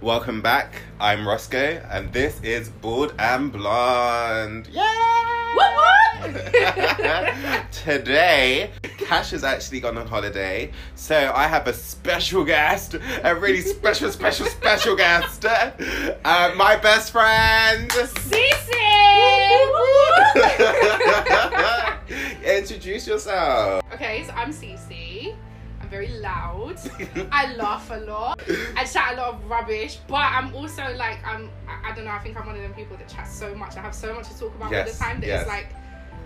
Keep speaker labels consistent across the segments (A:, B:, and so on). A: Welcome back. I'm Roscoe, and this is Bald and Blonde. Yeah!
B: What?
A: Today, Cash has actually gone on holiday, so I have a special guest, a really special, special, special guest, uh, my best friend.
B: Cece!
A: Introduce yourself.
B: okay, so I'm Cece. I'm very loud. I laugh a lot. I chat a lot of rubbish, but I'm also like I'm. I, I don't know. I think I'm one of them people that chat so much. I have so much to talk about all
A: Yes,
B: the time that
A: yes.
B: it's like,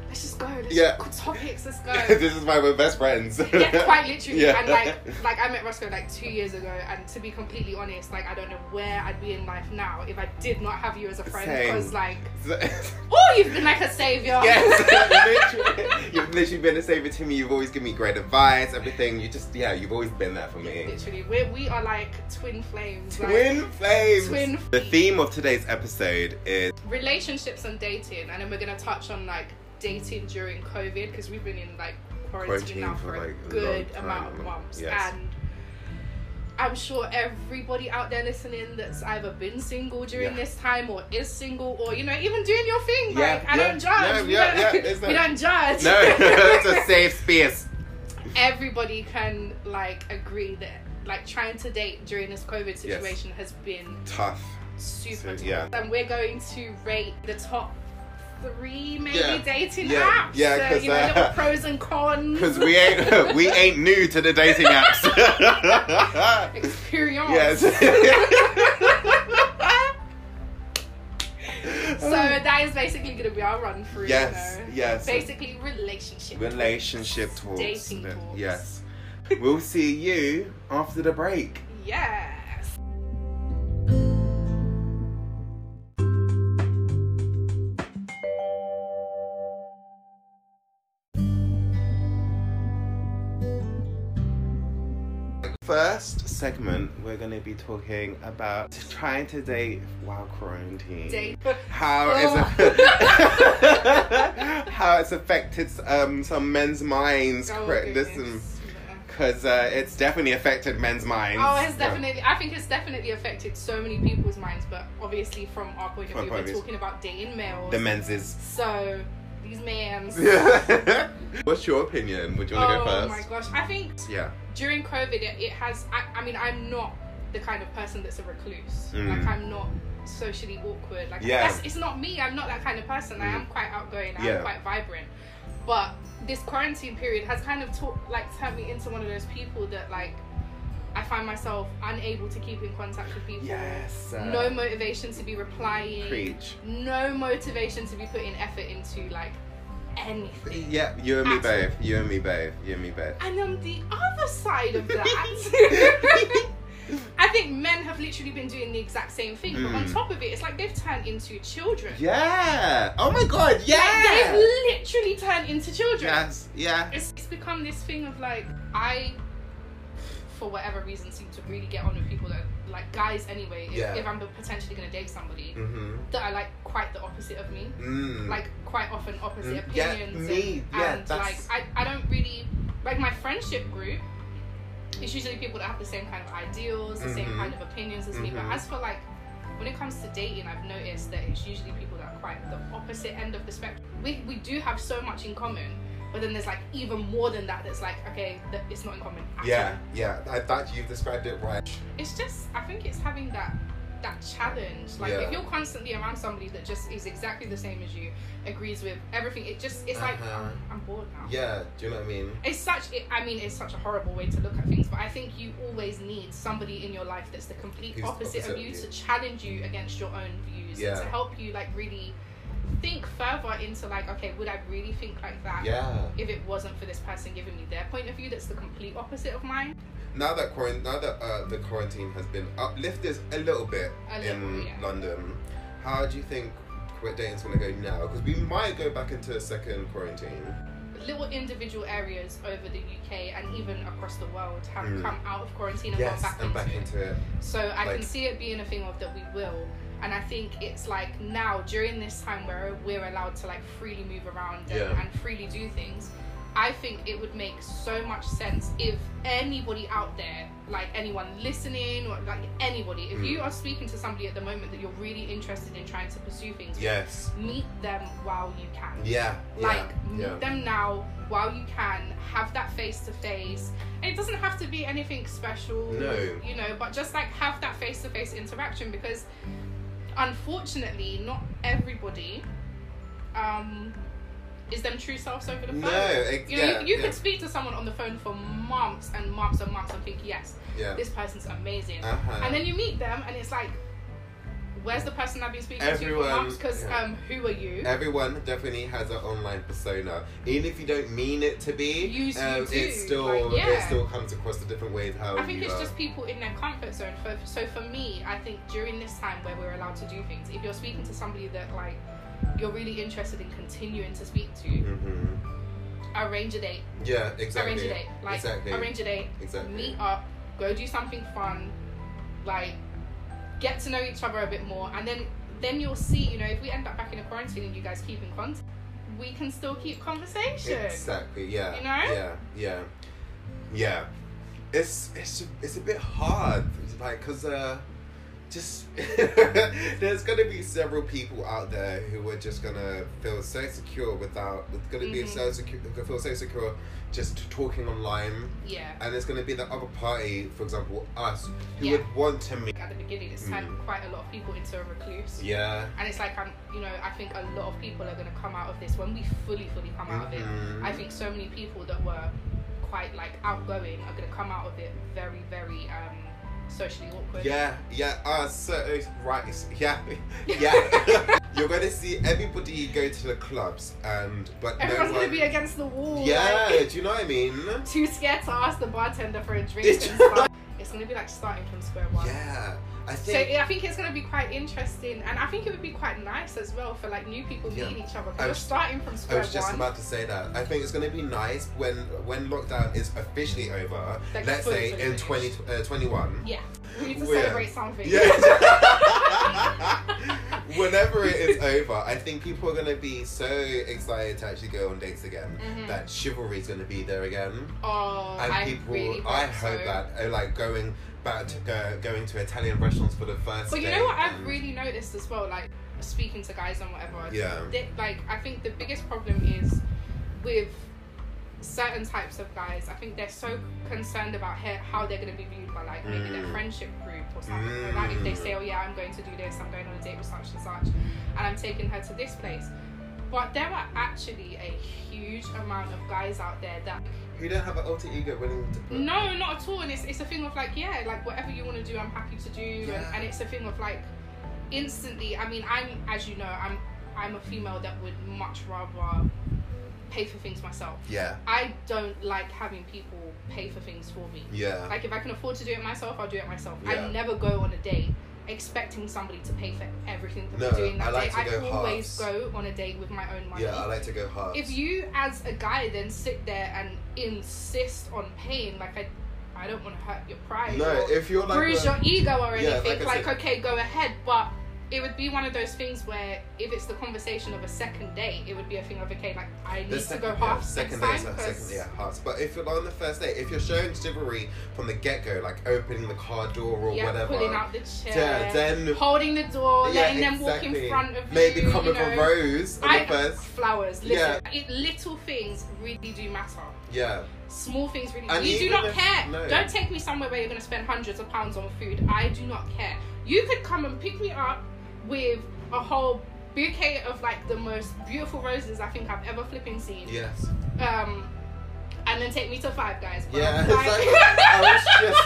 B: let's just go. Let's
A: Yeah.
B: just, topics. Let's go.
A: this is why we're best friends.
B: yeah, quite literally.
A: Yeah.
B: And like, like I met Roscoe like two years ago, and to be completely honest, like I don't know where I'd be in life now if I did not have you as a friend.
A: Same.
B: Because like, oh, you've been like a savior.
A: Yes, literally. You've literally been a savior to me. You've always given me great advice, everything. You just, yeah, you've always been there for me.
B: literally, we we are like twin flames. Like,
A: Twin flames.
B: Twin
A: The
B: flames.
A: theme of today's episode is
B: relationships and dating, and then we're gonna touch on like dating during COVID because we've been in like
A: Quarantine
B: quarantine now
A: for,
B: for,
A: like, a
B: a good
A: long time.
B: amount of months,
A: Yes.
B: and I'm sure everybody out there listening that's either been single during
A: Yeah.
B: this time or is single or you know even doing your thing.
A: Yeah,
B: Like
A: yeah,
B: I don't judge.
A: no,
B: we,
A: yeah, yeah,
B: don't,
A: it's
B: we
A: not-
B: don't judge.
A: no, it's a safe space.
B: everybody can like agree that like trying to date during this COVID situation has been
A: Tough.
B: super
A: So,
B: so,
A: yeah.
B: and we're going to rate the top three maybe
A: Yeah.
B: dating
A: Yeah.
B: apps
A: Yeah,
B: So,
A: 'cause,
B: you know
A: uh,
B: little pros and cons
A: Because we ain't we ain't new to the dating apps.
B: experience
A: yes.
B: so that is basically going to be our run through
A: Yes,
B: you know?
A: yes.
B: basically relationship
A: Relationship talks.
B: Dating talks.
A: Yes. We'll see you after the break.
B: yes
A: First segment, we're gonna be talking about trying to date while quarantine.
B: date
A: How
B: Oh.
A: it's how it's affected um, some men's minds.
B: Oh,
A: cra- Listen,
B: goodness.
A: because uh, it's definitely affected men's minds.
B: Oh, it's
A: Yeah.
B: definitely. I think it's definitely affected so many people's minds, but obviously, from our point of
A: From
B: view,
A: our
B: we're
A: point of view.
B: talking about dating males.
A: the men's is.
B: So these mans.
A: What's your opinion? Would you want to
B: oh
A: go
B: my
A: first?
B: gosh! I think
A: Yeah.
B: during COVID, it, it has. I, I mean, I'm not the kind of person that's a recluse.
A: Mm.
B: Like I'm not socially awkward. Like
A: Yeah. Mm.
B: that's, it's not me. I'm not that kind of person. I am quite outgoing. I
A: Yeah.
B: am quite vibrant. But this quarantine period has kind of taught, like turned me into one of those people that like I find myself unable to keep in contact with people.
A: Yes. uh,
B: No motivation to be replying.
A: preach.
B: No motivation to be putting effort into like anything.
A: Yeah, you and me
B: Absolutely.
A: both. You and me both. You and me both.
B: And on the other side of that, I think men have literally been doing the exact same thing. But on
A: Mm.
B: top of it, it's like they've turned into children.
A: Yeah. Oh my god.
B: Like,
A: Yeah.
B: they've literally turned into children.
A: Yes. Yeah.
B: It's, it's become this thing of like, I, for whatever reason, seem to really get on with people that, like guys anyway, if,
A: Yeah.
B: if I'm potentially going to date somebody,
A: Mhm.
B: that are like quite the opposite of me.
A: Mm.
B: like quite often opposite
A: Mm, yeah,
B: opinions
A: me,
B: and,
A: yeah,
B: and like
A: that's-
B: I, I don't really like my friendship group it's usually people that have the same kind of ideals the
A: Mhm.
B: same kind of opinions as me but
A: Mhm.
B: as for like when it comes to dating i've noticed that it's usually people that are quite the opposite end of the spectrum we, we do have so much in common but then there's like even more than that that's like okay that it's not in common at
A: yeah. Yeah. I thought you described it right.
B: it's just I think it's having that that challenge. Like
A: Yeah.
B: if you're constantly around somebody that just is exactly the same as you, agrees with everything, it just it's like
A: Uh-huh.
B: I'm, I'm bored now.
A: Yeah. Do you know what I mean?
B: It's such it, I mean it's such a horrible way to look at things, but I think you always need somebody in your life that's the complete
A: Who's the
B: opposite,
A: opposite
B: of
A: of
B: you,
A: you.
B: to challenge you against your own views
A: Yeah.
B: and to help you like really think further into like okay, would I really think like that?
A: Yeah.
B: If it wasn't for this person giving me their point of view, that's the complete opposite of mine.
A: Now that quarant- now that uh, the quarantine has been uplifted a little bit
B: A
A: in
B: little, yeah.
A: London, how do you think quit dating's gonna go now? Because we might go back into a second quarantine.
B: little individual areas over the UK and even across the world have
A: Mm.
B: come out of quarantine and
A: yes.
B: gone back,
A: and back
B: into, it.
A: into it.
B: So I
A: like-
B: can see it being a thing of that we will. And I think it's like now during this time where we're allowed to like freely move around and,
A: Yeah.
B: and freely do things, I think it would make so much sense if anybody out there, like anyone listening or like anybody, if
A: Mm.
B: you are speaking to somebody at the moment that you're really interested in trying to pursue things, with,
A: Yes.
B: meet them while you can.
A: Yeah.
B: Like meet
A: yeah.
B: them now while you can. Have that face to face. And it doesn't have to be anything special.
A: No.
B: You know, but just like have that face to face interaction because unfortunately not everybody um is them true selves over the phone.
A: No, it-
B: You know,
A: yeah,
B: you, you
A: yeah.
B: could speak to someone on the phone for months and months and months and think, yes,
A: yeah.
B: this person's amazing.
A: Uh-huh.
B: And then you meet them and it's like, where's the person I've been speaking to for
A: Everyone-
B: months? Because
A: yeah.
B: um, who are you?
A: Everyone definitely has an online persona, even if you don't mean it to be.
B: You- you
A: um,
B: do,
A: It still
B: like,
A: it
B: yeah.
A: still comes across the different ways how
B: I think
A: you
B: it's
A: are.
B: just people in their comfort zone. For, so for me, I think during this time where we're allowed to do things, if you're speaking to somebody that like you're really interested in continuing to speak to,
A: hmm
B: arrange a date,
A: Yeah, exactly.
B: arrange a date, like
A: exactly.
B: arrange a date,
A: exactly.
B: meet up, go do something fun, like get to know each other a bit more, and then then you'll see. You know, if we end up back in a quarantine and you guys keep in contact, we can still keep conversation.
A: Exactly. Yeah.
B: You know?
A: Yeah. Yeah. Yeah. It's it's it's a bit hard, it's like, cause uh, just there's gonna be several people out there who are just gonna feel so secure without, it's gonna be
B: Mhm.
A: so secure, feel so secure just talking online,
B: Yeah.
A: and there's gonna be the other party, for example, us, who
B: Yeah.
A: would want to meet.
B: At the beginning, it's turned
A: Mm.
B: quite a lot of people into a recluse.
A: Yeah.
B: and it's like I'm, you know, I think a lot of people are gonna come out of this when we fully, fully come out of it.
A: Mhm.
B: I think so many people that were quite like outgoing are gonna come out of it very, very um, socially awkward.
A: Yeah, yeah, uh, so, right, it's- yeah, yeah. You're gonna see everybody go to the clubs and, but
B: everyone's
A: no one.
B: gonna be against the wall.
A: yeah,
B: like,
A: do you know what I mean?
B: too scared to ask the bartender for a drink. and
A: It's-
B: stuff. It's gonna be like starting from square one.
A: Yeah, I
B: So
A: think.
B: yeah, I think it's gonna be quite interesting, and I think it would be quite nice as well for like new people
A: Yeah.
B: meeting each other.
A: I
B: Because you're
A: was-
B: starting from
A: I
B: square
A: was just
B: one.
A: about to say that. I think it's going to be nice when when lockdown is officially over.
B: Like,
A: let's
B: fully,
A: say
B: fully
A: in
B: finished.
A: 20, uh, 21.
B: yeah, we need to
A: We're-
B: celebrate something.
A: Yeah. Whenever it is over, I think people are going to be so excited to actually go on dates again.
B: Mhm.
A: That chivalry's going to be there again.
B: Oh,
A: and
B: I
A: people
B: really hope
A: I heard
B: so.
A: that uh, like going back to uh, going to Italian restaurants for the first
B: But you
A: day,
B: know what I've
A: and-
B: really noticed as well, like speaking to guys and whatever.
A: Yeah.
B: they- like I think the biggest problem is with certain types of guys. I think they're so concerned about he- how they're going to be viewed by like maybe their
A: Mm.
B: friendship group or something. Or, like if they
A: Mm.
B: say, "Oh yeah, I'm going to do this. I'm going on a date with such and such, and I'm taking her to this place." But there are actually a huge amount of guys out there that
A: you don't have an alter ego willing to put
B: No, not at all. And it's, it's a thing of like, yeah, like whatever you want to do, I'm happy to do.
A: Yeah.
B: And, and it's a thing of like, instantly. I mean, I'm as you know, I'm I'm a female that would much rather pay for things myself.
A: yeah
B: I don't like having people pay for things for me.
A: yeah
B: Like if I can afford to do it myself, I'll do it myself.
A: Yeah.
B: I never go on a date expecting somebody to pay for everything that
A: No,
B: I'm doing
A: I
B: that
A: like
B: day.
A: to
B: I
A: go
B: always
A: halves.
B: go on a date with my own money
A: yeah I like to go hard
B: if you as a guy then sit there and insist on paying like i i don't want to hurt your pride
A: no
B: or
A: if you're like
B: bruise
A: a-
B: your ego or
A: Yeah,
B: anything
A: like I
B: like,
A: said-
B: okay go ahead but it would be one of those things where if it's the conversation of a second date it would be a thing of okay like i
A: the
B: need to go
A: yeah,
B: half
A: second day,
B: next
A: is
B: time
A: a
B: 'cause-
A: second, yeah, halves. But if you're on the first day, if you're showing chivalry from the get go, like opening the car door or
B: yeah,
A: whatever,
B: pulling out the chair
A: yeah, then
B: holding the door
A: yeah,
B: letting them walk
A: exactly.
B: in front of
A: maybe
B: you,
A: come
B: you
A: with a
B: know.
A: rose on
B: I-
A: the first,
B: flowers listen it, little things really do matter
A: yeah,
B: small things really
A: And
B: you do
A: even
B: not
A: if-
B: care
A: no.
B: don't take me somewhere where you're going to spend hundreds of pounds on food i do not care you could come and pick me up with a whole bouquet of like the most beautiful roses i think i've ever flipping seen
A: yes.
B: um and then take me to five guys But
A: Yeah,
B: I'm
A: it's
B: like-
A: like, I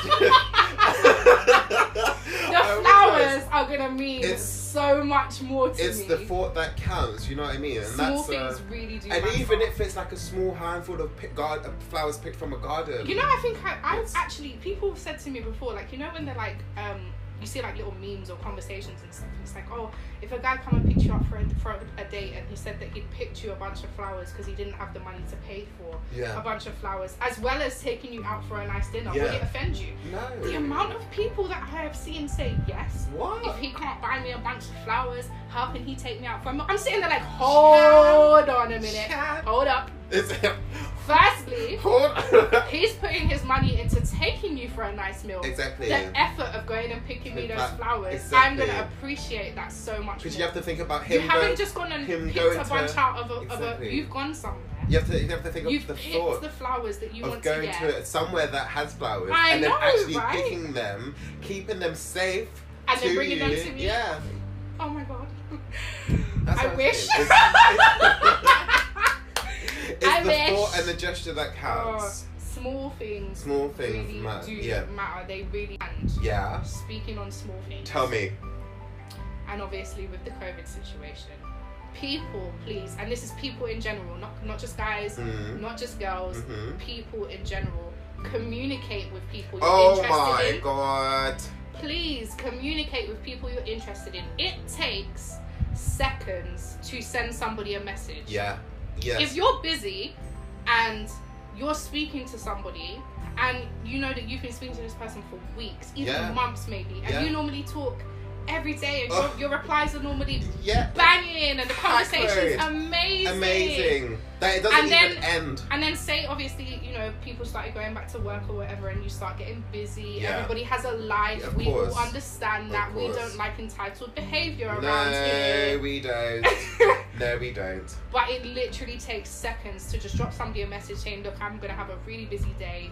A: was just.
B: the
A: I was
B: flowers
A: like,
B: are gonna mean
A: It's-
B: so much more to
A: it's
B: me
A: the thought that counts. You know what I mean? And
B: small
A: that's. uh,
B: things really do
A: and
B: matter.
A: even if it's like a small handful of pick guard, uh, flowers picked from a garden.
B: You know, I think I, I've
A: It's-
B: actually people have said to me before, like you know when they're like, um, you see like little memes or conversations and stuff. And it's like, oh, if a guy come and picked you up for a, for a date and he said that he'd picked you a bunch of flowers because he didn't have the money to pay for a
A: Yeah.
B: bunch of flowers, as well as taking you out for a nice dinner,
A: Yeah.
B: would it offend you?
A: No.
B: The amount of people that I have seen say yes.
A: What?
B: If he can't buy me a bunch of flowers, how can he take me out for a meal? I'm sitting there like, hold on a minute, Oh.
A: Chat.
B: hold up.
A: It's,
B: Firstly,
A: Hold on.
B: he's putting his money into taking you for a nice meal.
A: exactly.
B: The effort of going and picking me those
A: Exact-
B: flowers,
A: exactly.
B: I'm gonna appreciate that so much.
A: Because
B: More.
A: you have to think about
B: You
A: him.
B: haven't
A: going-
B: just gone and
A: him
B: picked
A: going
B: a
A: to-
B: bunch out of a, of a.
A: Exactly.
B: You've gone somewhere.
A: you have to you have to think
B: You've
A: of the
B: picked
A: thought
B: the flowers that you
A: of
B: want
A: going
B: to
A: to,
B: get,
A: somewhere that has flowers
B: I
A: and then
B: know,
A: actually
B: right?
A: picking them, keeping them safe,
B: and
A: to
B: then bringing them
A: you.
B: to me.
A: Yeah.
B: Oh my god.
A: That's
B: I
A: what I'm
B: wish.
A: saying. It's- It's
B: I
A: the
B: wish.
A: thought and the gesture that counts.
B: small things.
A: Small things
B: really
A: matter.
B: do
A: Yeah.
B: matter. They really and
A: Yeah.
B: speaking on small things.
A: Tell me.
B: and obviously with the COVID situation, people please, and this is people in general, not not just guys,
A: Mm.
B: not just girls,
A: hmm
B: people in general. Communicate with people you're
A: Oh
B: interested
A: my
B: in.
A: god.
B: Please communicate with people you're interested in. It takes seconds to send somebody a message.
A: Yeah. Yes.
B: If you're busy and you're speaking to somebody and you know that you've been speaking to this person for weeks, even
A: Yeah.
B: months maybe, and
A: Yeah. Oh.
B: you normally talk every day and
A: Ugh.
B: your, your replies are normally
A: yeah.
B: banging and the conversation's
A: Accurate.
B: amazing.
A: Amazing. That it doesn't
B: And then-
A: even end.
B: And then say obviously, you know, people started going back to work or whatever and you start getting busy.
A: Yeah.
B: Everybody has a life.
A: Of
B: we
A: course.
B: all understand
A: Of
B: that. We
A: course.
B: don't like entitled behaviour around
A: No,
B: here.
A: we don't. no, we don't.
B: but it literally takes seconds to just drop somebody a message saying, Look, I'm gonna have a really busy day.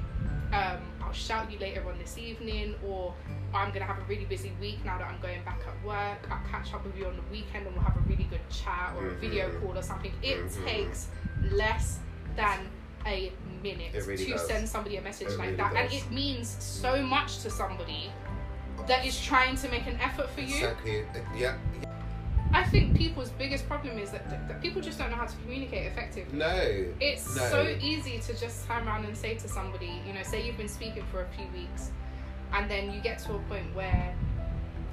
B: Um, I'll shout you later on this evening or I'm gonna have a really busy week now that I'm going back at work. I'll catch up with you on the weekend and we'll have a really good chat or a video
A: Mhm.
B: call or something. It
A: Mhm.
B: takes less than a minute
A: It really
B: to
A: does.
B: send somebody a message
A: It
B: like
A: really
B: that. And
A: does.
B: it means so much to somebody that is trying to make an effort for you.
A: Exactly. Uh, Yeah.
B: I think people's biggest problem is that, that, that people just don't know how to communicate effectively.
A: No.
B: It's
A: No.
B: so easy to just turn around and say to somebody, you know, say you've been speaking for a few weeks, and then you get to a point where,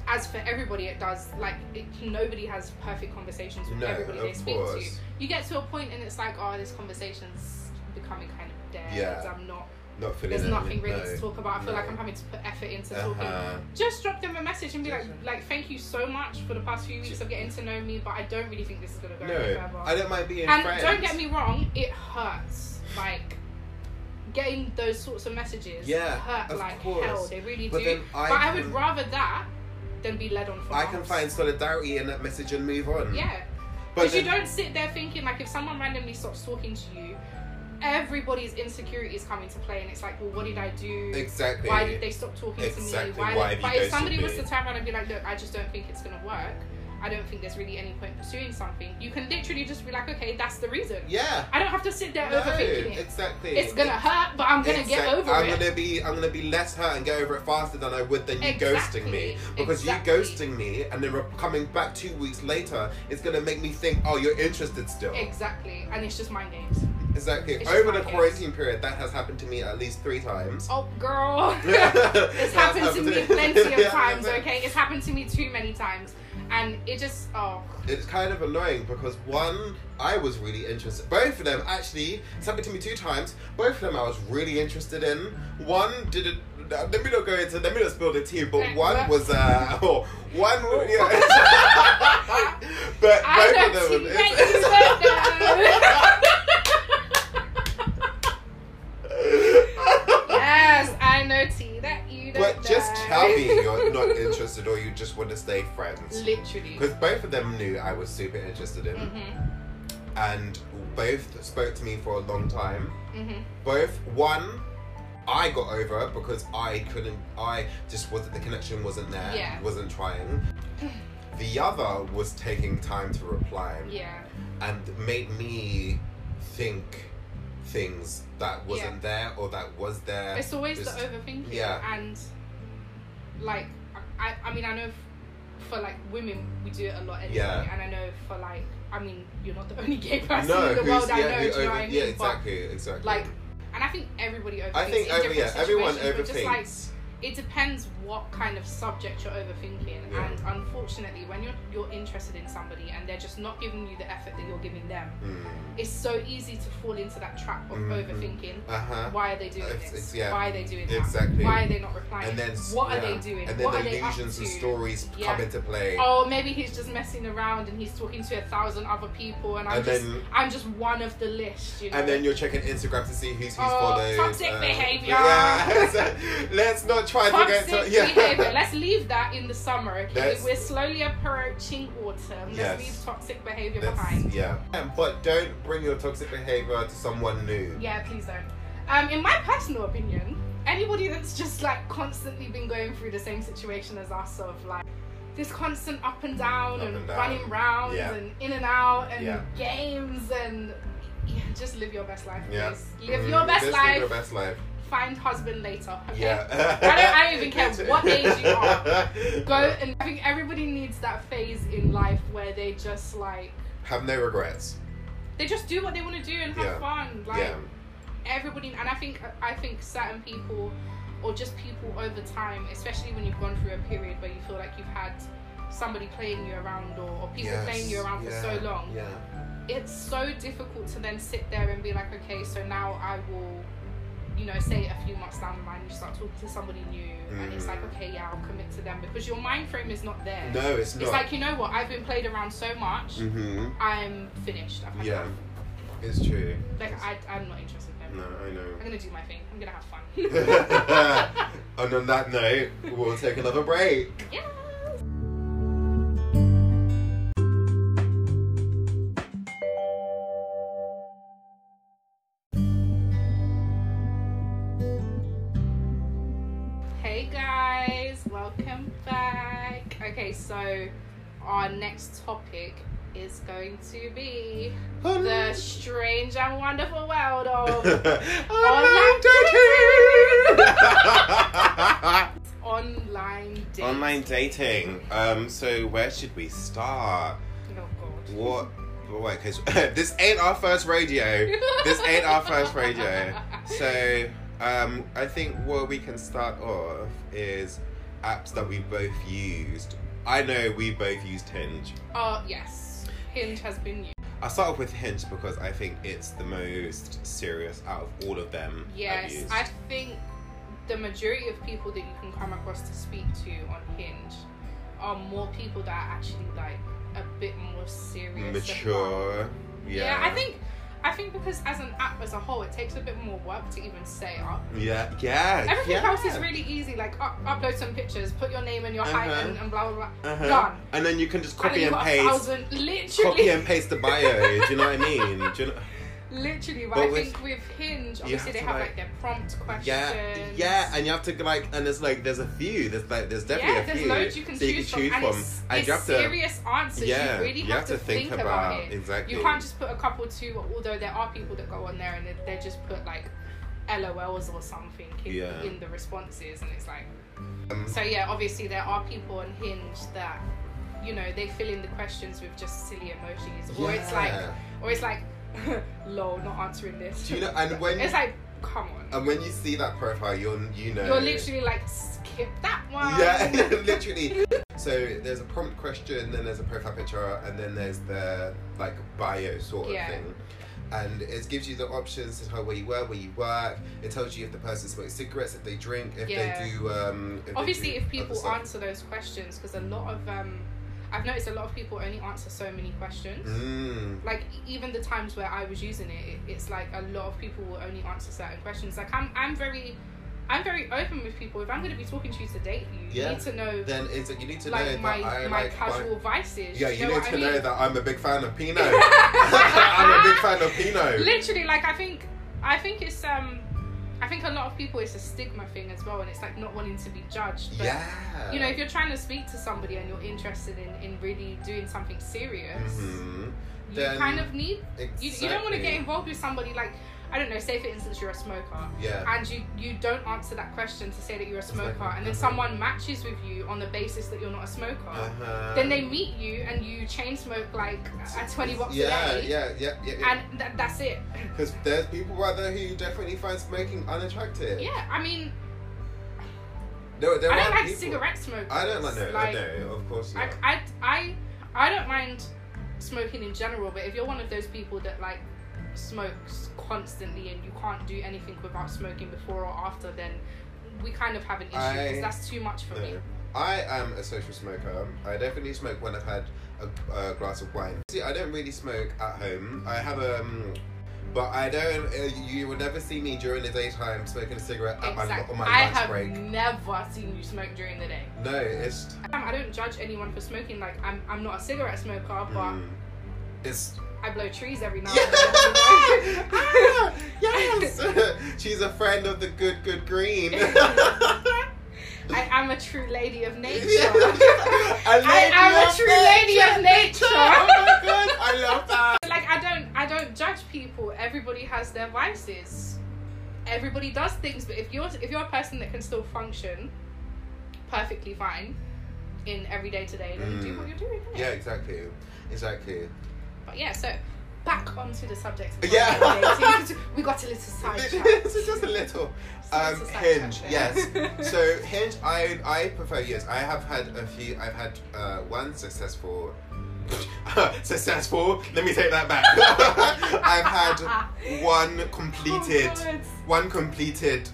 B: as for everybody, it does, like, it, nobody has perfect conversations with
A: No,
B: everybody they
A: of
B: speak to.
A: course.
B: You get to a point and it's like, oh, this conversation's becoming kind of dead.
A: Yeah.
B: I'm not,
A: Not feeling
B: there's
A: it,
B: nothing really
A: no.
B: to talk about. I feel
A: No.
B: like I'm having to put effort into talking
A: Uh-huh.
B: just drop them a message and be like, like, thank you so much for the past few weeks of getting to know me, but I don't really think this is gonna go any
A: No,
B: further.
A: I don't mind being
B: and
A: friends.
B: don't get me wrong, it hurts. Like getting those sorts of messages
A: Yeah,
B: hurt
A: of
B: like
A: course.
B: hell. They really
A: But
B: do.
A: then I
B: but I would
A: can-
B: rather that than be led on for
A: I can
B: months.
A: find solidarity in that message and move on.
B: Yeah,
A: But
B: because you
A: then-
B: don't sit there thinking like if someone randomly stops talking to you, everybody's insecurities come into play, and it's like, well, what did I do?
A: exactly.
B: why did they stop talking
A: Exactly,
B: to me? Why?
A: why
B: did,
A: did
B: but
A: they
B: if somebody
A: stop
B: was to
A: it?
B: turn around and be like, look, I just don't think it's gonna work. I don't think there's really any point pursuing something. You can literally just be like, okay, that's the reason.
A: Yeah.
B: I don't have to sit there
A: No,
B: overthinking it.
A: Exactly.
B: It's gonna hurt, but I'm gonna get
A: Exact-
B: over
A: I'm
B: it.
A: gonna be I'm gonna be less hurt and get over it faster than I would than you
B: Exactly,
A: ghosting me because
B: exactly.
A: you ghosting me and then re- coming back two weeks later it's gonna make me think oh you're interested still
B: Exactly, and it's just mind games.
A: exactly
B: it's just
A: over
B: my
A: the
B: case.
A: quarantine period that has happened to me at least three times.
B: Oh, girl.
A: it's
B: It's happened to me plenty of times, okay? It's happened to me too many times. And it just, oh,
A: It's kind of annoying because one, I was really interested. Both of them actually. It's happened to me two times. Both of them I was really interested in. One didn't. Let me not go into. Let me not spill the tea. But
B: Okay,
A: one
B: well-
A: was. Uh, oh, one. Yeah. but
B: I
A: both
B: don't
A: of them.
B: see
A: it's-
B: yes, I know T that you don't
A: But just
B: know.
A: tell me you're not interested or you just want to stay friends.
B: Literally.
A: Because both of them knew I was super interested in,
B: Mhm,
A: and both spoke to me for a long time.
B: mhm.
A: both one i got over because i couldn't i just wasn't the connection wasn't there
B: Yeah.
A: wasn't trying the other was taking time to reply
B: Yeah.
A: and made me think things that wasn't there or that was there
B: It's always
A: just-
B: the overthinking.
A: yeah.
B: And like, I, I mean, I know f- for like women we do it a lot anyway,
A: Yeah.
B: and I know for like, I mean, you're not the only gay person
A: no
B: in the
A: who's,
B: world. I
A: yeah,
B: know.
A: who
B: do you know
A: over-
B: what I mean?
A: yeah
B: But
A: exactly exactly
B: like and I think everybody overthinks
A: i think
B: in
A: over,
B: different
A: yeah everyone
B: situations, but
A: overthinks
B: just like it depends what kind of subject you're overthinking
A: Yeah.
B: and unfortunately when you're you're interested in somebody and they're just not giving you the effort that you're giving them
A: Hmm.
B: it's so easy to fall into that trap of
A: Mhm.
B: overthinking
A: Uh huh.
B: why are they doing
A: It's-
B: this
A: it's- yeah.
B: why are they doing that
A: Exactly.
B: why are they not replying
A: And then
B: what are
A: yeah.
B: they doing
A: And then
B: what are
A: the
B: they up
A: illusions and
B: to?
A: stories
B: Yeah.
A: come into play.
B: oh maybe he's just messing around and he's talking to a thousand other people and i'm
A: and
B: just
A: then
B: i'm just one of the list you know
A: and then you're checking Instagram to see who's who's
B: Oh,
A: followed. uh,
B: toxic behaviour.
A: Yeah. Let's not try
B: Toxic
A: to get to yeah.
B: behavior. Let's leave that in the summer. Okay,
A: That's-
B: we're slowly approaching autumn. Let's
A: Yes.
B: leave toxic behavior
A: That's-
B: behind.
A: yeah. Um, But don't bring your toxic behavior to someone new.
B: Yeah, please don't. Um, in my personal opinion, anybody that's just like constantly been going through the same situation as us of like this constant up and down
A: Up
B: and,
A: and down.
B: running rounds
A: Yeah.
B: and in and out and
A: Yeah.
B: games and yeah, just live your best life.
A: Yeah.
B: Please. Live
A: Mm,
B: your best
A: just
B: life.
A: Live your best life.
B: Find husband later. Okay.
A: Yeah.
B: I don't- I don't even care what age you
A: are.
B: Go and I think everybody needs that phase in life where they just like
A: Have no regrets.
B: they just do what they want to do and have
A: Yeah.
B: fun. Like
A: yeah.
B: everybody, and I think I think certain people, or just people over time, especially when you've gone through a period where you feel like you've had somebody playing you around or, or people
A: Yes,
B: playing you around
A: yeah,
B: for so long,
A: Yeah.
B: it's so difficult to then sit there and be like, okay, so now I will. You know, say a few months down the line, you start talking to somebody new, and it's
A: Mm.
B: like, okay, yeah, I'll commit to them because your mind frame is not there.
A: No, it's not.
B: It's like you know what? I've been played around so much.
A: hmm
B: I'm finished. I've had
A: Yeah.
B: enough.
A: It's true.
B: Like I, I'm not interested in them.
A: No, I know.
B: I'm gonna do my thing. I'm gonna have fun.
A: And on that note, we'll take another break.
B: yes. Hey guys, welcome back. Okay, so our next topic is going to be the strange and wonderful world of
A: Online dating.
B: online dating.
A: Online dating. Um. So where should we start?
B: Oh god.
A: What? Wait, because this ain't our first radio. This ain't our first radio. So, um, I think where we can start off is apps that we both used. I know we both used Hinge.
B: Oh yes, Hinge has been used.
A: I start off with Hinge because I think it's the most serious out of all of them. I've
B: Yes,
A: used.
B: I think the majority of people that you can come across to speak to on Hinge are more people that are actually like a bit more serious. about-
A: mature.
B: Yeah.
A: Yeah.
B: I think. I think because as an app as a whole, it takes a bit more work to even set up.
A: Yeah. Yeah.
B: Everything
A: yeah.
B: else is really easy, like up- upload some pictures, put your name and your height
A: Uh-huh.
B: and, and blah blah blah.
A: Uh-huh.
B: Done.
A: And then you can just
B: and then
A: copy and
B: you've got a
A: paste.
B: thousand- literally.
A: Copy and paste the bio. do you know what I mean? Do you know?
B: Literally, but,
A: But
B: I
A: with-
B: think with Hinge, obviously
A: have
B: they
A: to,
B: have
A: like-
B: like, their prompt questions.
A: Yeah, yeah, and you have to like, and it's like there's a few. There's like there's definitely
B: yeah,
A: a
B: there's
A: few.
B: loads you can
A: so
B: choose
A: you
B: from.
A: can choose
B: And it's,
A: from. And
B: it's
A: you have to,
B: serious answers.
A: yeah,
B: you really
A: you
B: have, to, think, about, it.
A: exactly.
B: You can't just put a couple two. Although there are people that go on there and they, they just put like LOLs or something in,
A: Yeah.
B: in the responses, and it's like.
A: Um,
B: So yeah, obviously there are people on Hinge that, you know, they fill in the questions with just silly emojis, or it's like,
A: Yeah.
B: or it's like, lol, not answering this.
A: Do you know? And when Uh,
B: It's like, come on.
A: and when you see that profile, you're you know.
B: You're literally like, skip that one.
A: Yeah, literally. So there's a prompt question, then there's a profile picture, and then there's the like bio sort of
B: Yeah.
A: thing. And it gives you the options to tell where you were, where you work. It tells you if the person smokes cigarettes, if they drink, if
B: Yeah.
A: they do. Um, if
B: Obviously,
A: they do
B: if
A: other
B: people
A: stuff.
B: answer those questions, because a lot of um, I've noticed a lot of people only answer so many questions.
A: Mm.
B: Like even the times where I was using it, it, it's like a lot of people will only answer certain questions. Like I'm, I'm very, I'm very open with people. If I'm going to be talking to you to date you,
A: Yeah.
B: you need to know
A: then it's like you need to know
B: like
A: that
B: my
A: I
B: my
A: like
B: casual vices.
A: yeah,
B: Do
A: you
B: know
A: need
B: what
A: to
B: I
A: know
B: mean?
A: that I'm a big fan of Pinot. I'm a big fan of Pinot.
B: literally like i think i think it's um i think a lot of people it's a stigma thing as well and it's like not wanting to be judged but
A: Yeah.
B: you know if you're trying to speak to somebody and you're interested in in really doing something serious
A: Mhm.
B: you
A: Then-
B: kind of need you,
A: Exactly.
B: you don't want to get involved with somebody like i don't know say for instance you're a smoker
A: Yeah.
B: and you you don't answer that question to say that you're a
A: like-
B: smoker and then someone matches with you on the basis that you're not a smoker
A: Uh-huh.
B: then they meet you and you chain smoke like at 20 bucks
A: yeah,
B: a day
A: yeah, yeah, yeah, yeah.
B: and th- that's it
A: Because there's people out there who definitely find smoking unattractive.
B: Yeah, I mean,
A: There, there
B: I
A: are
B: don't like
A: people-
B: cigarette smokers.
A: I don't like no,
B: Like,
A: no, of course not.
B: Like I, I, I don't mind smoking in general, but if you're one of those people that like smokes constantly and you can't do anything without smoking before or after, then we kind of have an issue because
A: I-
B: that's too much for me.
A: No. I am a social smoker. I definitely smoke when I've had a, a glass of wine. See, I don't really smoke at home. I have um, but I don't. Uh, you will never see me during the daytime smoking a cigarette at my,
B: Exactly.
A: on my
B: I
A: lunch
B: have
A: break.
B: never seen you smoke during the day.
A: No, it's.
B: Um, I don't judge anyone for smoking. Like I'm, I'm not a cigarette smoker, but
A: Mm, it's.
B: I blow trees every now and then. you know?
A: Ah, yes! She's a friend of the good, good green.
B: I am a true lady of nature. I
A: I
B: am a true lady of
A: Oh my
B: nature.
A: god, I love that.
B: like I don't I don't judge people. Everybody has their vices. Everybody does things, but if you're if you're a person that can still function perfectly fine in everyday today, then do
A: Mm.
B: what you're doing. innit?
A: Yeah, exactly. Exactly.
B: But yeah, so back onto the subject. Of
A: Yeah.
B: dating. we got a little sidetracked.
A: this is just a little.
B: Just a
A: Um,
B: little
A: hinge,
B: sidetracked
A: yes.
B: there.
A: So hinge, I I prefer yes. I have had a few. I've had uh, one successful. successful. Let me take that back. I've had one completed.
B: Oh, God.
A: one completed.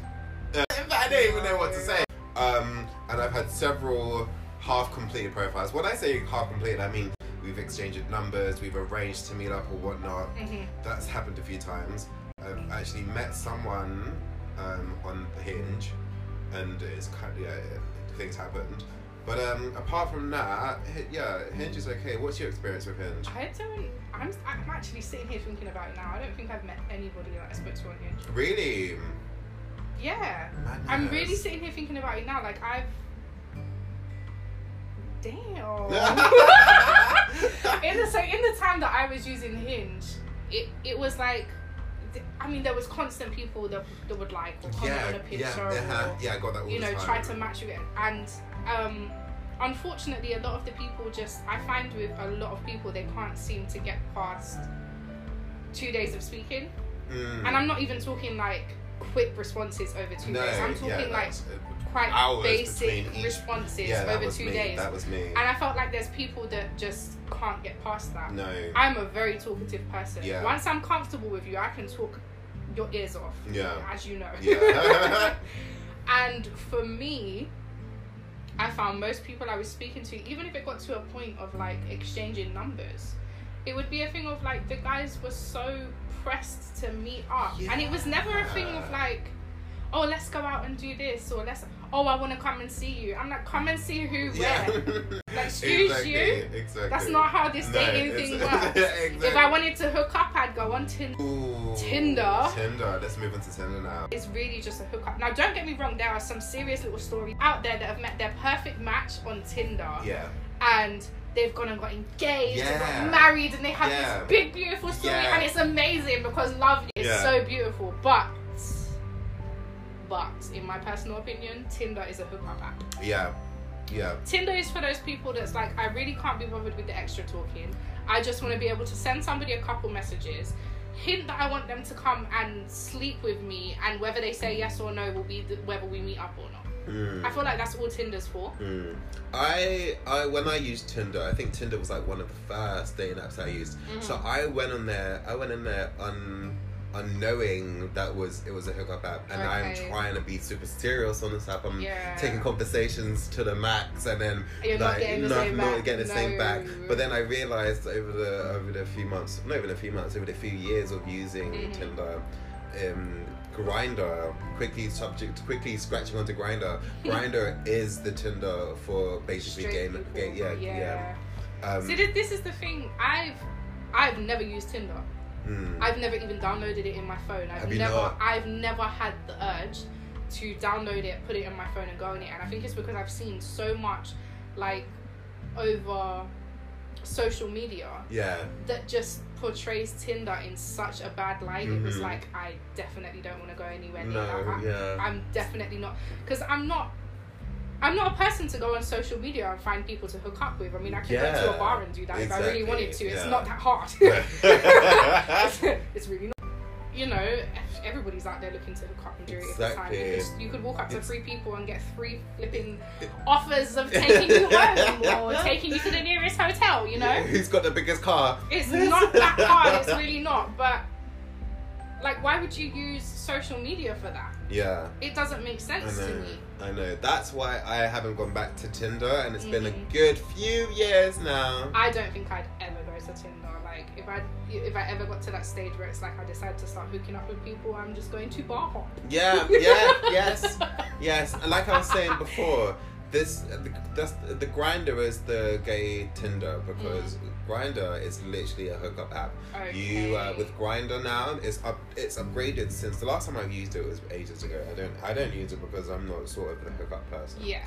A: Uh, I don't even know what to say. Um, and I've had several half completed profiles. When I say half completed, I mean we've exchanged numbers, we've arranged to meet up or whatnot.
B: Mhm.
A: That's happened a few times. I've actually met someone um, on the Hinge, and it's kind of yeah, yeah, things happened. But um, apart from that, Hi- yeah, Hinge is okay. What's your experience with Hinge?
B: I don't. I'm, I'm actually sitting here thinking about it now. I don't think I've met anybody that I spoke to on Hinge.
A: Really?
B: Yeah.
A: Madness.
B: I'm really sitting here thinking about it now. Like, I've. Damn. in the, so, in the time that I was using Hinge, it, it was like. th- I mean, there was constant people that, that would like or comment on a
A: yeah,
B: picture
A: yeah, uh-huh.
B: or,
A: yeah. I got that all
B: you
A: the
B: know,
A: time.
B: try to match you. And um, unfortunately, a lot of the people just, I find with a lot of people, they can't seem to get past two days of speaking.
A: Mm.
B: And I'm not even talking like quick responses over two
A: No,
B: days. I'm talking
A: yeah,
B: like
A: that's-
B: quite
A: Hours between
B: basic
A: each-
B: responses
A: yeah, that
B: over
A: was
B: two
A: me.
B: days.
A: That was me.
B: And I felt like there's people that just can't get past that.
A: no.
B: I'm a very talkative person.
A: Yeah.
B: Once I'm comfortable with you, I can talk your ears off,
A: Yeah.
B: as you know.
A: Yeah.
B: and for me, I found most people I was speaking to, even if it got to a point of like exchanging numbers, it would be a thing of like the guys were so pressed to meet up. And it was never a thing of
A: Yeah.
B: like, oh, let's go out and do this, or let's, oh, I want to come and see you. I'm like, come and see who, where.
A: Yeah.
B: excuse
A: exactly,
B: you?
A: Exactly.
B: That's not how this
A: No,
B: dating
A: it's-
B: thing works.
A: exactly.
B: If I wanted to hook up, I'd go on Tinder.
A: Ooh,
B: Tinder.
A: Tinder. Let's move on to Tinder now.
B: It's really just a hookup. Now, don't get me wrong, there are some serious little stories out there that have met their perfect match on Tinder
A: Yeah.
B: and they've gone and got engaged and
A: Yeah.
B: got married and they have
A: Yeah.
B: this big, beautiful story
A: Yeah.
B: and it's amazing because love is
A: Yeah.
B: so beautiful. But, but in my personal opinion, Tinder is a hookup app.
A: Yeah. Yeah.
B: Tinder is for those people that's like, I really can't be bothered with the extra talking. I just want to be able to send somebody a couple messages, hint that I want them to come and sleep with me, and whether they say yes or no will be the, whether we meet up or not.
A: Mm.
B: I feel like that's all Tinder's for.
A: Mm. I, I when I used Tinder, I think Tinder was like one of the first dating apps I used.
B: Mm-hmm.
A: So I went on there. I went in there un, unknowing that was it was a hookup app, and
B: Okay.
A: I'm trying to be super serious on this app. I'm
B: Yeah.
A: um, taking conversations to the max, and then
B: You're not
A: like
B: getting the
A: not,
B: same
A: not
B: back.
A: getting the same
B: No.
A: back. But then I realized over the over the few months, not even a few months, over the few years of using
B: Mhm.
A: Tinder. Um, Grinder quickly subject quickly scratching onto Grinder. Grinder is the Tinder for basically gay,
B: Straight people,
A: gay yeah yeah. Um,
B: See, this, this is the thing. I've I've never used Tinder.
A: mm.
B: I've never even downloaded it in my phone. I've
A: Have you
B: never
A: not?
B: I've never had the urge to download it, put it in my phone and go on it. And I think it's because I've seen so much like over social media
A: yeah
B: that just portrays Tinder in such a bad light. It was
A: Mhm.
B: like I definitely don't want to go anywhere near that.
A: no
B: I-
A: yeah
B: I'm definitely not because I'm not. I'm not a person to go on social media and find people to hook up with. I mean, I could go to
A: Yeah,
B: a bar and do that if I really
A: exactly,
B: wanted to. It's
A: yeah.
B: not that hard.
A: Yeah.
B: it's really not. you know, everybody's out there looking to the carpentry
A: Exactly.
B: at the time. You could walk up to
A: It's-
B: three people and get three flipping offers of taking you home or taking you to the nearest hotel, you know?
A: Who's got the biggest car?
B: It's not that hard, it's really not. But, like, why would you use social media for that?
A: Yeah.
B: It doesn't make
A: I
B: sense to
A: know.
B: me.
A: I know. That's why I haven't gone back to Tinder, and it's been
B: Mhm.
A: a good few years now.
B: I don't think I'd ever go to Tinder. Like, if I if I ever got to that stage where it's like I decide to start hooking up with people, I'm just going to bar hop.
A: Yeah, yeah, yes, yes. And Like I was saying before, this the, that's the grinder is the gay Tinder because grinder is literally a hookup app. You uh,
B: Okay.
A: with Grinder now, it's up, it's upgraded since the last time I used it was ages ago. I don't, I don't use it because I'm not sort of the hookup person.
B: yeah.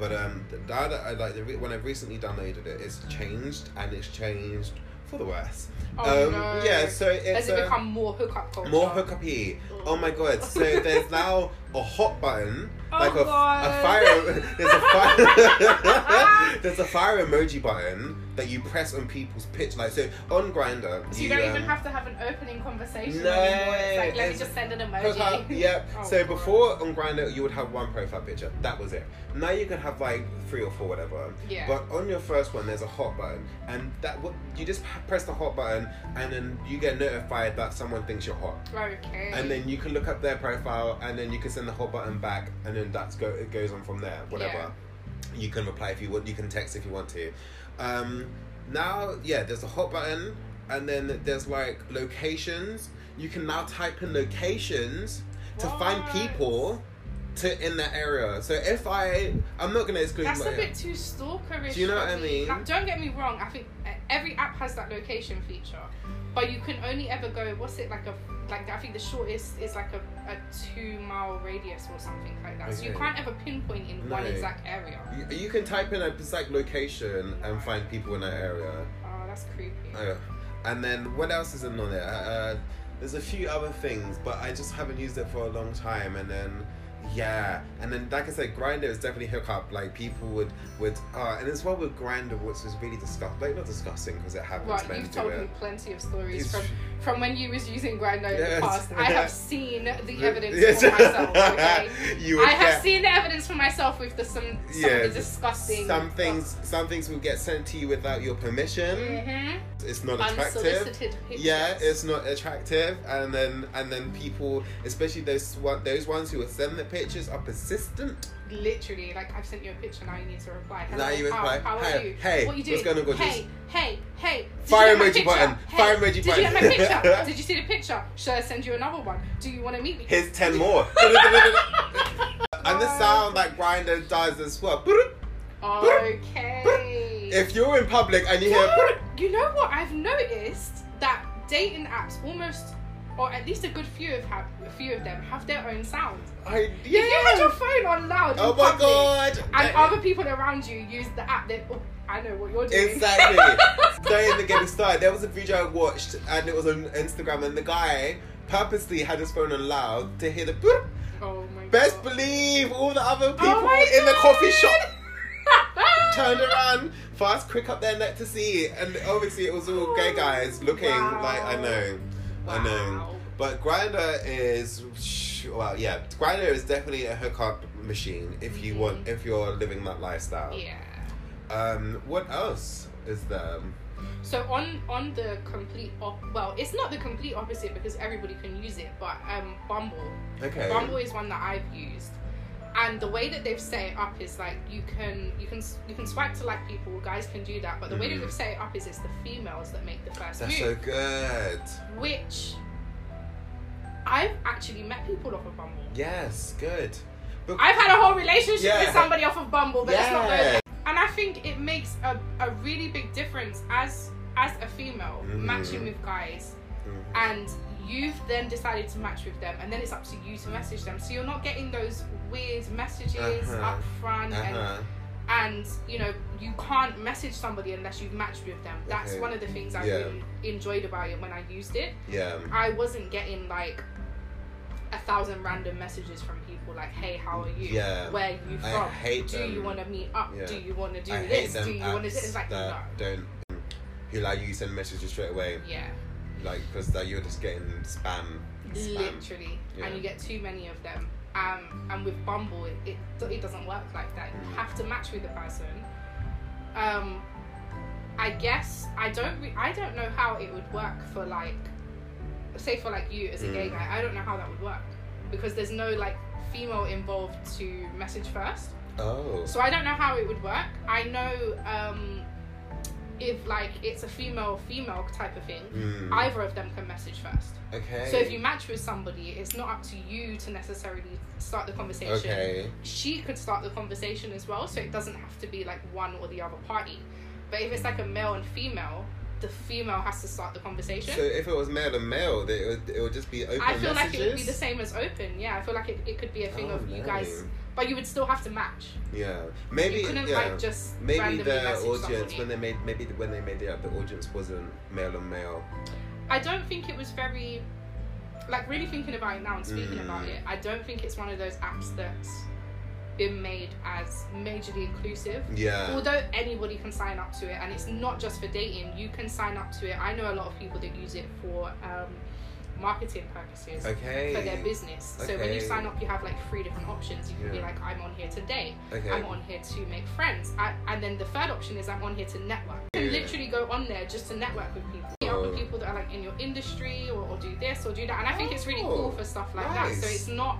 A: But um, th- now that I like the re- when I recently downloaded it, it's changed and it's changed for the worse.
B: Oh
A: um,
B: no.
A: Yeah, so
B: Has
A: it's
B: it
A: uh,
B: become more hookup culture?
A: more hookupy. Oh my god! So there's now a hot button,
B: Oh
A: like a, a
B: God.
A: fire. There's a fire. there's a fire emoji button that you press on people's pitch. Like so on um, Grinder.
B: So you don't even have to have an opening conversation
A: No,
B: anymore. It's like, let me
A: it's-
B: just send an
A: Hook up,
B: emoji.
A: yep.
B: Oh,
A: so
B: God.
A: before on Grinder you would have one profile picture. That was it. Now you could have like three or four, whatever.
B: Yeah.
A: But on your first one, there's a hot button, and that what you just press the hot button, and then you get notified that someone thinks you're hot,
B: okay.
A: and then you can look up their profile, and then you can send the hot button back, and then that's go it goes on from there. Whatever.
B: Yeah.
A: You can reply if you want. You can text if you want to. Um, now, yeah, there's a hot button, and then there's like locations. You can now type in locations to find
B: What?
A: people to in that area. So if I, I'm not gonna exclude.
B: That's a
A: my-
B: bit too stalkerish.
A: Do you know what
B: for
A: I
B: me.
A: mean?
B: Like, don't get me wrong. I think uh, every app has that location feature, but you can only ever go. What's it like a like? I think the shortest is like a, a two mile radius or something like that. So you
A: Okay.
B: can't ever pinpoint in one
A: No.
B: exact area.
A: You- You can type in a exact location and find people in that area.
B: Oh, that's creepy.
A: Uh, and then what else is in on there? Uh, there's a few other things, but I just haven't used it for a long time. And then yeah, and then like I said, Grinder is definitely hookup. Like people would would uh, and as well with Grinder, which was really disgust like not disgusting because it happens.
B: Right,
A: men
B: you've
A: do
B: told
A: it.
B: me plenty of stories
A: It's-
B: from, from when you was using Grindr in the
A: Yes.
B: past. I have seen the evidence
A: Yes.
B: for myself. Okay?
A: you would
B: I have
A: get-
B: seen the evidence for myself with the some, some of
A: Yeah,
B: the disgusting
A: Some things, some things will get sent to you without your permission.
B: Mhm.
A: It's not attractive.
B: unsolicited pictures.
A: Yeah, it's not attractive, and then and then people, especially those one- those ones who are sending the pictures, are persistent.
B: literally like I've sent you a picture now. You need to reply. Hello,
A: Now you
B: how,
A: reply,
B: How are
A: hey,
B: you?
A: hey,
B: what are you doing?
A: what's going on, gorgeous?
B: Hey, hey, hey. did you
A: Fire
B: get my
A: emoji
B: picture?
A: button,
B: Hey,
A: fire emoji
B: Did you
A: button.
B: get my picture? did you see the picture? Should I send you another one? Do you want to meet me?
A: Here's ten more. and the sound that grinder does as well.
B: okay.
A: If you're in public and you
B: No,
A: hear,
B: you know what I've noticed that dating apps almost, or at least a good few of have a few of them have their own sound.
A: I
B: If you had
A: yeah.
B: your phone on loud,
A: Oh
B: in
A: my
B: public,
A: god.
B: and
A: That-
B: other people around you use the app, then oh, I know what you're doing.
A: Exactly. Don't even get me started. There was a video I watched, and it was on Instagram, and the guy purposely had his phone on loud to hear the. bloop.
B: oh my
A: Best
B: God.
A: believe all the other people
B: Oh my
A: in the coffee shop
B: God.
A: turned around fast, quick up their neck to see, and obviously it was all gay guys looking
B: Wow.
A: like I know, I know.
B: Wow.
A: But Grinder is well, yeah. Grinder is definitely a hookup machine if you want, if you're living that lifestyle.
B: Mm-hmm. Yeah.
A: Um, what else is there?
B: So on on the complete op- well, it's not the complete opposite because everybody can use it, but um, Bumble.
A: Okay.
B: Bumble is one that I've used, and the way that they've set it up is like you can you can you can swipe to like people. Guys can do that, but the way that
A: Mhm.
B: they've set it up is it's the females that make the first
A: That's so
B: move,
A: good.
B: which I've actually met people off of Bumble.
A: Yes, good. But
B: I've had a whole relationship
A: Yeah.
B: with somebody off of Bumble, but it's not going
A: Yeah.
B: And I think it makes a, a really big difference as as a female
A: Mhm.
B: matching with guys
A: Mhm.
B: and you've then decided to match with them and then it's up to you to message them. So you're not getting those weird messages
A: Uh-huh.
B: up front and
A: uh-huh.
B: and you know, you can't message somebody unless you've matched with them. That's
A: Okay.
B: one of the things I
A: Yeah.
B: really enjoyed about it when I used it.
A: yeah.
B: I wasn't getting like a thousand random messages from people like, "Hey, how are you?
A: Yeah.
B: Where are you
A: I
B: from?
A: hate
B: do you
A: them.
B: want to meet up?
A: Yeah.
B: Do you want to do
A: I hate
B: this?
A: them
B: Do you want to?"
A: apps
B: It's like no.
A: that don't who like you send messages straight away.
B: Yeah.
A: like because you're just getting spam. spam.
B: literally,
A: Yeah.
B: and you get too many of them. Um, and with Bumble, it, it do- it doesn't work like that. You have to match with the person. Um, I guess I don't re- I don't know how it would work for like, say for like you as a gay
A: Mm.
B: guy. I don't know how that would work because there's no like female involved to message first.
A: Oh.
B: So I don't know how it would work. I know um, if like it's a female female type of thing.
A: Mm.
B: Either of them can message first.
A: okay.
B: So if you match with somebody, it's not up to you to necessarily start the conversation.
A: Okay.
B: She could start the conversation as well, so it doesn't have to be like one or the other party. But if it's like a male and female, the female has to start the conversation.
A: So if it was male and male, then it would, it would just be open
B: I feel
A: messages.
B: like it would be the same as open. Yeah, I feel like it, it could be a thing
A: Oh,
B: of you
A: no.
B: guys, but you would still have to match.
A: Yeah. Maybe.
B: you couldn't
A: yeah.
B: like just
A: maybe
B: randomly
A: the
B: message
A: audience
B: somebody.
A: when they made maybe when they made it up, the audience wasn't male and male.
B: I don't think it was very, like really thinking about it now and speaking
A: Mm.
B: about it. I don't think it's one of those apps that's been made as majorly inclusive.
A: Yeah.
B: Although anybody can sign up to it, and it's not just for dating, you can sign up to it. I know a lot of people that use it for um, marketing purposes
A: okay.
B: for their business. So when you
A: Okay.
B: sign up, you have like three different options. You can be
A: Yeah.
B: like, I'm on here to date,
A: Okay.
B: I'm on here to make friends, I, and then the third option is I'm on here to network. You can
A: Yeah.
B: literally go on there just to network with people, meet up with
A: Oh.
B: people that are like in your industry or, or do this or do that. And I think it's really cool
A: Oh,
B: for stuff like that. So
A: nice.
B: it's not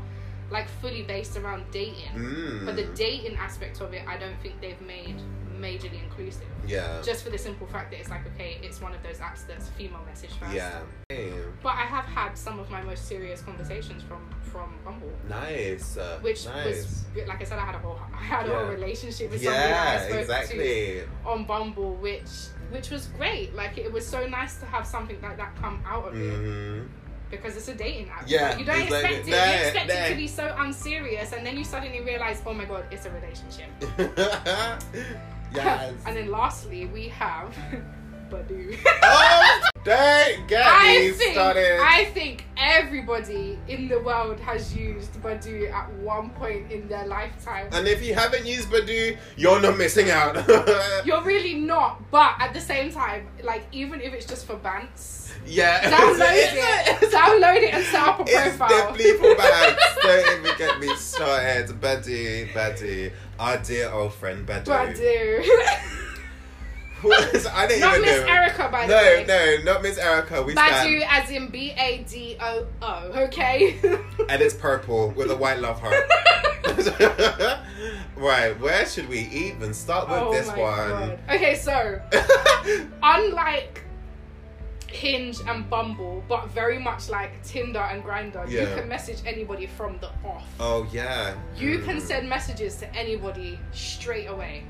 B: like fully based around dating.
A: Mm.
B: But the dating aspect of it, I don't think they've made majorly inclusive.
A: yeah.
B: Just for the simple fact that it's like, okay, it's one of those apps that's female message first.
A: Yeah. Hey,
B: But I have had some of my most serious conversations from from Bumble,
A: nice. uh,
B: which
A: nice.
B: was like I said, I had a whole I had a whole
A: Yeah.
B: relationship with somebody that I
A: yeah.
B: spoke to
A: Exactly.
B: on Bumble, which which was great. Like it was so nice to have something like that come out of it
A: Mm-hmm.
B: because it's a dating app.
A: Yeah,
B: you don't
A: it's like-
B: expect it.
A: nah,
B: you expect it to
A: nah.
B: be so unserious, and then you suddenly realize, oh my god, it's a relationship.
A: yes.
B: and then lastly, we have Badu.
A: oh, dang, get
B: I
A: me
B: think
A: started.
B: I think everybody in the world has used Badu at one point in their lifetime.
A: and if you haven't used Badoo, you're not missing out.
B: You're really not, but at the same time, like even if it's just for bants,
A: yeah.
B: download
A: It's-
B: it, download it and set up a
A: It's
B: profile.
A: definitely for bags. Don't even get me started. Badoo, Badoo. Our dear old friend Badoo.
B: Badu.
A: I didn't
B: not
A: even
B: Miss
A: know.
B: Erica, by the
A: no,
B: way.
A: no, not Miss Erica. We
B: Badu,
A: stand.
B: as in B A D O O. Okay.
A: And it's purple with a white love heart. right, where should we even start with
B: oh
A: this
B: my
A: one?
B: God. Okay, so unlike Hinge and Bumble, but very much like Tinder and Grinder, you
A: Yeah.
B: can message anybody from the off.
A: oh yeah.
B: You can
A: Mm.
B: send messages to anybody straight away.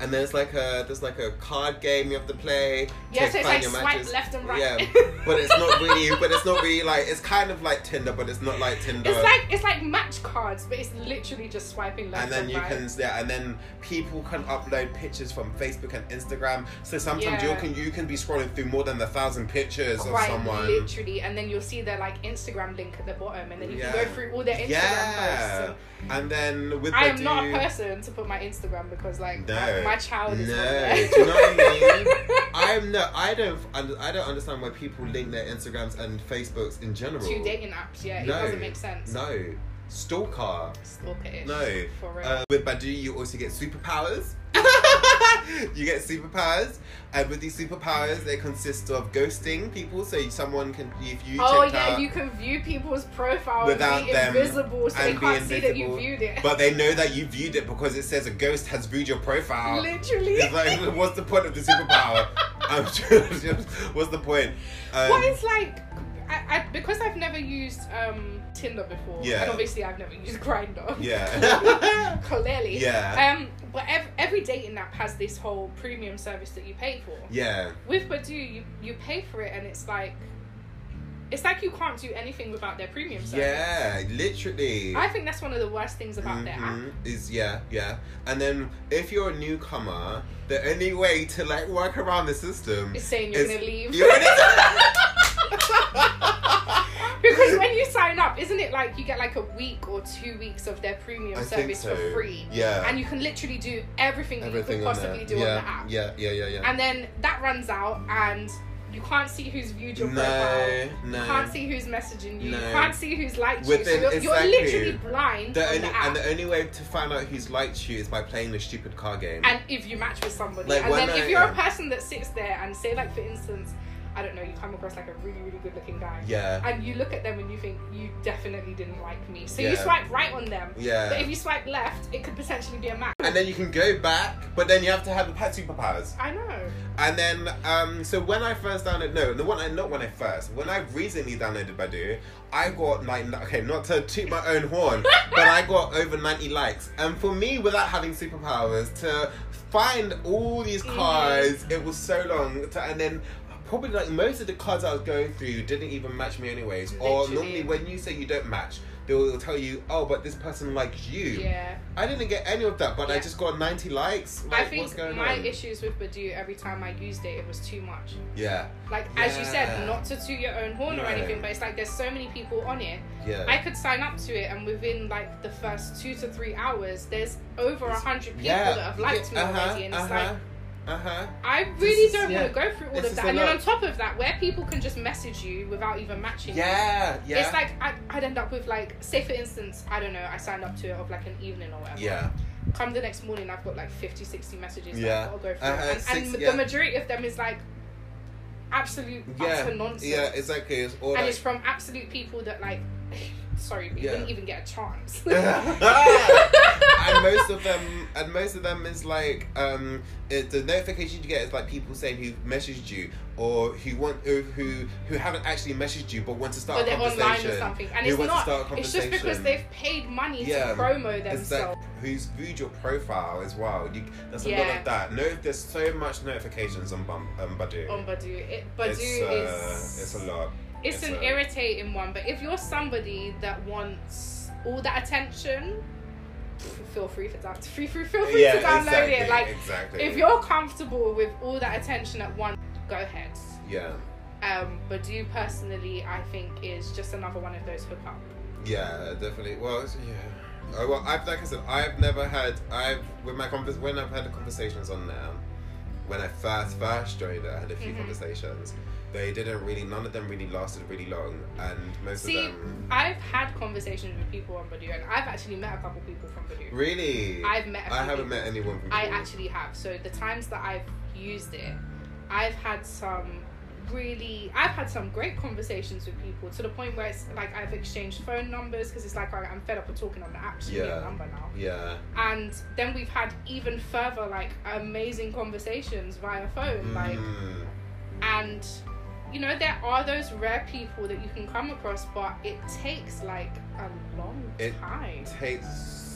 A: And there's like a there's like a card game you have to play.
B: Yeah,
A: to
B: so it's like
A: find your
B: swipe
A: matches.
B: left and right.
A: Yeah, but it's not really. But it's not really like it's kind of like Tinder, but it's not like Tinder.
B: It's like it's like match cards, but it's literally just swiping left
A: and then
B: and
A: you
B: right.
A: can yeah, and then people can upload pictures from Facebook and Instagram. So sometimes
B: Yeah.
A: you can you can be scrolling through more than a thousand pictures of
B: Quite
A: someone.
B: literally, and then you'll see their like Instagram link at the bottom, and then you
A: Yeah.
B: can go through all their Instagram posts.
A: yeah,
B: and-
A: and then with
B: I
A: Badoo-
B: am not a person to put my Instagram because like
A: No.
B: my- my child is
A: No,
B: on there.
A: do you know what I'm not. I don't. under- I don't understand why people link their Instagrams and Facebooks in general.
B: Two dating apps, yeah, it
A: No.
B: doesn't make sense.
A: No, stalker.
B: Stalker-ish,
A: No.
B: for real.
A: Uh, with Badu, you also get superpowers. you get superpowers, and with these superpowers, they consist of ghosting people. So someone can, if you
B: oh
A: checked
B: yeah,
A: out,
B: you can view people's profile
A: Without
B: and be
A: them
B: invisible, so they
A: and be
B: can't see that you
A: invisible.
B: viewed it.
A: but they know that you viewed it because it says a ghost has viewed your profile.
B: Literally,
A: It's like, what's the point of the superpower? I'm just, just- what's the point? Um,
B: what is like? I, I, because I've never used um, Tinder before,
A: Yeah.
B: and obviously I've never used Grinder.
A: Um, Yeah.
B: clearly.
A: yeah.
B: Um, but ev- every dating app has this whole premium service that you pay for.
A: Yeah.
B: With Badoo, you you pay for it, and it's like, it's like you can't do anything without their premium service.
A: Yeah. Literally.
B: I think that's one of the worst things about their app.
A: Mhm, Is yeah, yeah. And then if you're a newcomer, the only way to like work around the system
B: It's saying you're
A: It's-
B: gonna leave.
A: you're
B: because when you sign up, isn't it like you get like a week or two weeks of their premium
A: I think
B: service
A: so.
B: for free?
A: Yeah.
B: And you can literally do everything that you
A: Everything
B: could
A: on
B: possibly
A: there.
B: do
A: yeah,
B: on the app.
A: Yeah, yeah, yeah, yeah.
B: And then that runs out and You can't see who's viewed your profile.
A: No,
B: You
A: no.
B: can't see who's messaging you. You
A: No.
B: can't see who's liked
A: Within-
B: you. So you're, you're
A: exactly.
B: literally blind
A: The
B: on
A: only
B: the app.
A: and the only way to find out who's liked you is by playing the stupid car game.
B: and if you match with somebody
A: Like,
B: and
A: when
B: then
A: I-
B: if you're a person that sits there and say like for instance i don't know you come across like a really really good looking guy
A: yeah,
B: and you look at them and you think you definitely didn't like me so
A: Yeah.
B: you swipe right on them but if
A: yeah.
B: you swipe left it could potentially be a match
A: And then you can go back, but then you have to have the pet superpowers.
B: i know
A: And then, um, so when I first downloaded, no, the one, not when I first, when I recently downloaded Badu, I got like, n- okay, not to toot my own horn, but I got over 90 likes. And for me, without having superpowers, to find all these cards, it was so long. To, and then probably like most of the cards I was going through didn't even match me anyways. Or
B: Literally.
A: normally when you say you don't match, they will tell you, oh, but this person likes you.
B: yeah
A: I didn't get any of that, but I
B: Yeah.
A: just got 90 likes.
B: i
A: Like, what's
B: think
A: going
B: my
A: on?
B: issues with badu every time i used it it was too much
A: yeah,
B: like as you
A: Yeah.
B: said not to toot your own horn
A: No.
B: or anything but it's like there's so many people on it
A: yeah.
B: I could sign up to it, and within like the first two to three hours, there's over a hundred people that have liked me already, and it's like
A: uh-huh.
B: I really
A: This is-
B: don't
A: yeah.
B: want to go through all
A: This
B: of
A: is
B: that.
A: a
B: And then
A: lot.
B: on top of that, where people can just message you without even matching, you,
A: Yeah, yeah.
B: it's like I, I'd end up with like, say for instance, I don't know, I signed up to it of like an evening or whatever.
A: yeah,
B: Come the next morning, I've got like 50, 60 messages.
A: Yeah.
B: Yeah, that I've got to go through,
A: Uh-huh,
B: and,
A: six-
B: and
A: yeah.
B: the majority of them is like absolute
A: Yeah,
B: utter nonsense
A: yeah. Exactly. It's all
B: and
A: like,
B: it's from absolute people that like sorry but
A: Yeah.
B: you didn't even get a chance
A: and most of them, and most of them is like, um, it, the notification you get is like people saying who messaged you or who want who who, who haven't actually messaged you but want to start
B: but
A: a
B: they're
A: conversation.
B: online or something and
A: who
B: it's
A: want to
B: not
A: start a
B: it's just because
A: conversation.
B: they've paid money
A: Yeah.
B: to promo
A: It's
B: themselves
A: that who's viewed your profile as well. You, there's a lot
B: Yeah.
A: of that. No, there's so much notifications on Bum, um, Badoo.
B: on Badu, it, Badu
A: it's, uh,
B: is
A: it's a lot.
B: it's
A: it's
B: an
A: a-
B: irritating one. But if you're somebody that wants all that attention, feel free for that. Free, free, feel free to download
A: exactly,
B: it. Like
A: exactly.
B: if you're comfortable with all that attention at once, go ahead.
A: yeah,
B: Um, Badu personally, I think is just another one of those hookup.
A: yeah, definitely. Well, it's- yeah. Uh, well, I've like I said, I've never had. I've with my convers when I've had conversations on there. When I first first joined, it, I had a few
B: Mhm.
A: conversations. They didn't really. None of them really lasted really long, and most
B: See,
A: of them
B: I've had conversations with people on Badoo, and I've actually met a couple people from Badoo.
A: really.
B: I've met. A few
A: I haven't
B: people.
A: met anyone from.
B: I
A: Google.
B: actually have. So the times that I've used it, I've had some really I've had some great conversations with people to the point where it's like I've exchanged phone numbers because it's like I, I'm fed up with talking on the app. Just give me
A: Yeah.
B: Your number now.
A: Yeah.
B: And then we've had even further like amazing conversations via phone. Like
A: Mm.
B: and you know there are those rare people that you can come across, but it takes like a long
A: It-
B: time
A: takes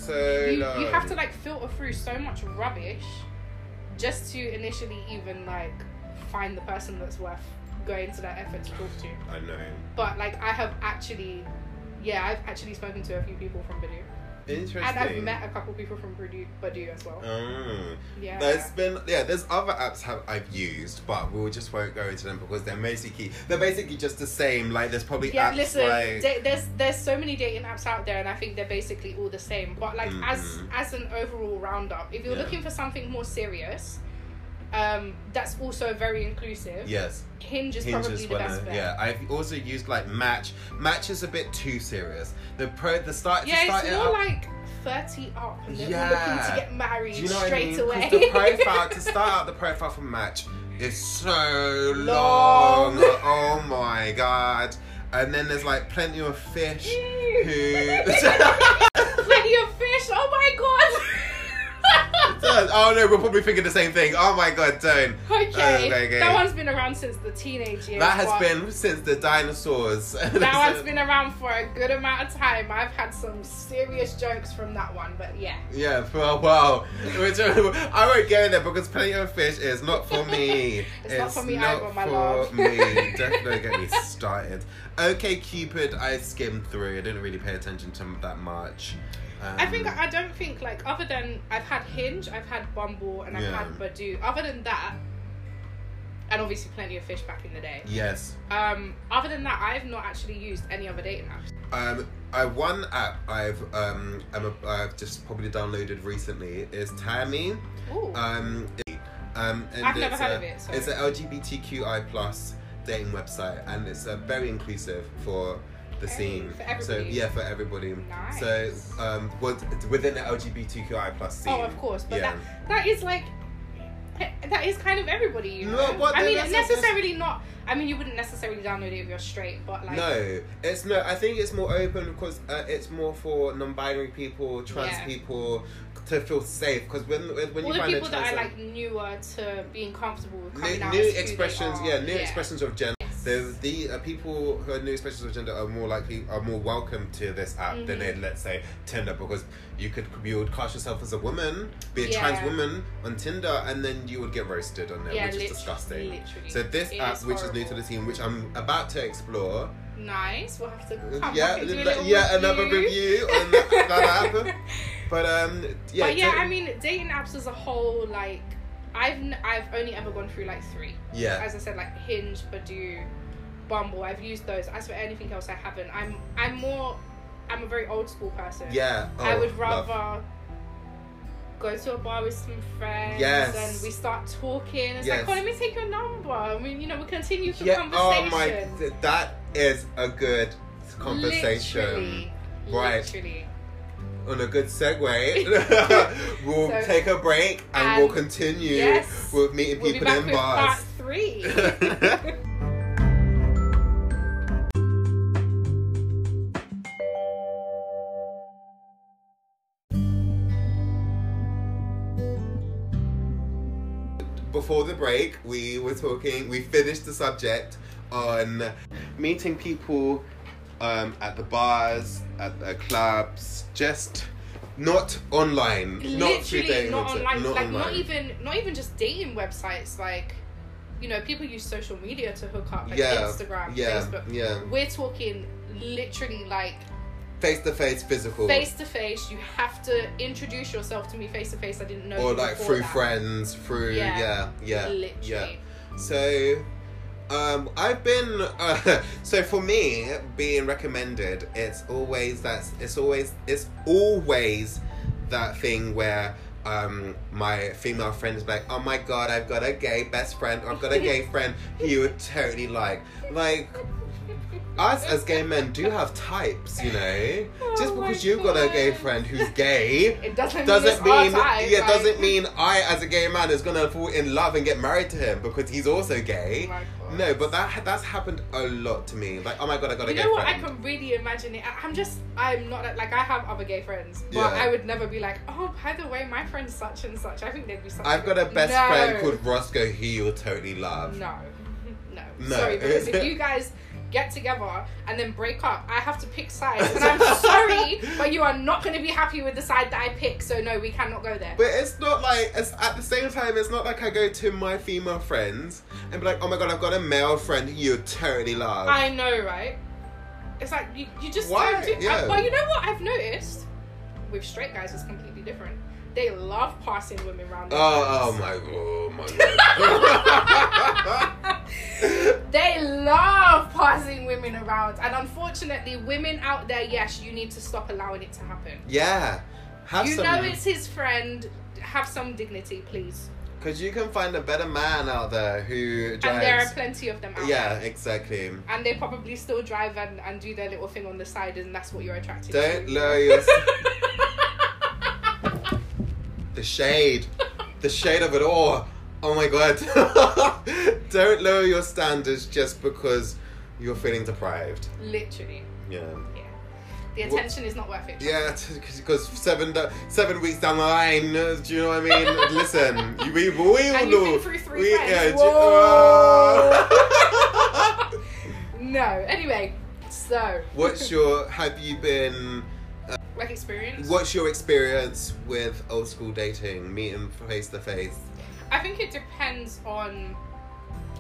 A: so
B: you,
A: long.
B: you have to like filter through so much rubbish just to initially even like find the person that's worth going to that effort to talk to.
A: I know.
B: But like I have actually, yeah, I've actually spoken to a few people from Badu,
A: Interesting.
B: and I've met a couple people from Badu, Badu as well.
A: Mm.
B: Yeah,
A: There's been yeah, there's other apps have I've used, but we just won't go into them because they're basically they're basically just the same. Like there's probably
B: yeah.
A: apps
B: Listen,
A: like
B: da- there's there's so many dating apps out there, and I think they're basically all the same. But like as
A: Mhm.
B: as an overall roundup, if you're
A: Yeah.
B: looking for something more serious, um, that's also very inclusive.
A: yes,
B: Hinge is
A: Hinge
B: probably
A: is
B: the
A: one.
B: best
A: of-
B: bet.
A: Yeah, I've also used like Match. Match is a bit too serious. The pro the start to
B: Yeah,
A: start
B: it's
A: it
B: more
A: up-
B: like 30 up and they're all looking
A: uh, Yeah.
B: to get married
A: do you know what I mean?
B: straight
A: 'Cause
B: away.
A: The profile to start out the profile for Match is so long.
B: Long.
A: oh my god! And then there's like plenty of fish. who-
B: Plenty of fish, oh my god!
A: oh no, we're probably thinking the same thing. Oh my god, don't.
B: okay,
A: Oh, okay.
B: that one's been around since the teenage years.
A: That has
B: but
A: been since the dinosaurs.
B: That one's been around for a good amount of time. I've had some serious jokes from that one, but yeah.
A: Yeah, for a while. Which I won't go in there because plenty of fish is not for me.
B: It's not for me either, my
A: for
B: love.
A: me. Don't don't get me started. Okay, Cupid, I skimmed through. I didn't really pay attention to that much. Um,
B: I think I don't think like other than I've had Hinge, I've had Bumble, and I've
A: Yeah.
B: had Badoo. Other than that, and obviously plenty of fish back in the day.
A: yes.
B: Um, other than that, I've not actually used any other dating apps.
A: Um, I one app I've um I'm a, I've just probably downloaded recently is Tammy.
B: Ooh.
A: Um, it- um, and
B: I've never
A: it's
B: heard
A: a-
B: of it, so-
A: It's an LGBTQI plus dating website, and it's uh, very inclusive for the
B: Hey,
A: scene.
B: for
A: so
B: everybody.
A: yeah, for everybody.
B: Nice.
A: So um, what within the LGBTQI plus scene.
B: Oh, of course, but
A: yeah.
B: that that is like that is kind of everybody. You know?
A: No, but
B: I
A: then
B: mean,
A: that's- that's-
B: necessarily not. I mean, you wouldn't necessarily download it if you're straight, but like,
A: no, it's no. I think it's more open because uh, it's more for non-binary people, trans
B: Yeah.
A: people to feel safe. Because when when when
B: all
A: you
B: the
A: find a
B: people
A: trans
B: that are like newer to being comfortable with coming
A: new,
B: out.
A: new
B: as who they
A: expressions,
B: are.
A: yeah, new
B: Yeah.
A: expressions of gender.
B: Yes.
A: The, the uh, people who are new expressions of gender are more likely are more welcome to this app than
B: Mhm.
A: they let's say Tinder because you could you would cast yourself as a woman, be a trans
B: Yeah.
A: woman on Tinder, and then you would get roasted on there,
B: Yeah,
A: which is
B: lit-
A: disgusting.
B: Literally.
A: So this
B: It
A: app,
B: is
A: which is new to
B: horrible.
A: the team, which I'm about to explore, uh,
B: Nice. We'll have to come
A: yeah,
B: back and do a
A: li-
B: little
A: yeah, another review on that, that app. But um, yeah,
B: but yeah,
A: do-
B: I mean, dating apps as a whole, like, I've n- I've only ever gone through like three.
A: yeah,
B: As I said, like Hinge, Badoo, Bumble. I've used those. As for anything else, I haven't. I'm I'm more. I'm a very old school person.
A: yeah.
B: I
A: oh,
B: would
A: love.
B: rather go to a bar with some friends
A: Yes.
B: and we start talking. It's
A: Yes.
B: like, oh, let me take your number. I mean, you know, we continue the
A: Oh
B: conversation.
A: my, th- that is a good conversation.
B: Literally.
A: Right.
B: Literally.
A: On a good segue, we'll
B: So-
A: take a break and, we'll
B: And
A: continue
B: yes,
A: with meeting
B: We'll be
A: people
B: back
A: in
B: with part
A: bars.
B: three.
A: Before the break, we were talking. We finished the subject on meeting people um, at the bars, at the clubs, just not online, not through
B: literally
A: dating
B: not
A: websites,
B: online.
A: not
B: like not
A: online.
B: even not even just dating websites. Like you know, people use social media to hook up, like
A: Yeah,
B: Instagram,
A: yeah,
B: Facebook.
A: yeah.
B: We're talking literally like
A: Face to face, physical,
B: face to face. You have to introduce yourself to me face to face. I didn't know.
A: or
B: you
A: like
B: before
A: through
B: that.
A: friends, through
B: Yeah.
A: yeah, yeah,
B: Literally.
A: yeah. So, um, I've been uh, so for me being recommended, it's always that's it's always it's always that thing where um my female friend is like, oh my god, I've got a gay best friend, or I've got a gay friend who you would totally like, like. Us as gay men do have types, you know. Just
B: Oh my
A: because you've got a gay
B: God.
A: friend who's gay
B: It doesn't,
A: doesn't
B: mean,
A: mean
B: it's our type,
A: yeah
B: like-
A: doesn't mean I as a gay man is gonna fall in love and get married to him because he's also
B: Oh
A: gay.
B: my God.
A: No, but that that's happened a lot to me. Like, oh my god, I got a
B: You
A: gay
B: know what? I
A: friend.
B: can really imagine it. I- I'm just, I'm not like I have other gay friends, but
A: Yeah.
B: I would never be like, oh, by the way, my friend's such and such. I think they'd be such.
A: I've got a best
B: No.
A: friend called Roscoe who you'll totally love.
B: No, no,
A: No.
B: sorry, because if you guys get together and then break up, I have to pick sides, and I'm sorry, but you are not going to be happy with the side that I pick. So no, we cannot go there.
A: But it's not like it's at the same time. It's not like I go to my female friends and be like, oh my god, I've got a male friend who you totally love.
B: I know, right? It's like you, you just
A: Why?
B: don't do.
A: Yeah.
B: I- well, you know what I've noticed with straight guys is completely different. They love passing women around. their
A: oh, oh
B: friends.
A: my oh my god.
B: They love passing women around, and unfortunately, women out there, yes, you need to stop allowing it to happen.
A: yeah, have
B: you
A: some.
B: know it's his friend. Have some dignity, please.
A: Because you can find a better man out there who drives.
B: And there are plenty of them out
A: yeah,
B: there.
A: exactly.
B: And they probably still drive and, and do their little thing on the side, and that's what you're attracted
A: Don't
B: to.
A: lower your. the shade. The shade of it all. Oh my god. Don't lower your standards just because you're feeling deprived.
B: Literally,
A: Yeah.
B: yeah. The
A: What-
B: attention is not worth it.
A: Yeah, because seven da- seven weeks down the line, uh, do you know what I mean? Listen, you, we, we will
B: And you've been
A: lose.
B: through three
A: we,
B: friends.
A: yeah, do-
B: Whoa.
A: Oh.
B: No. Anyway, so
A: What's your have you been
B: like experience?
A: what's your experience with old school dating, meeting face to face?
B: I think it depends on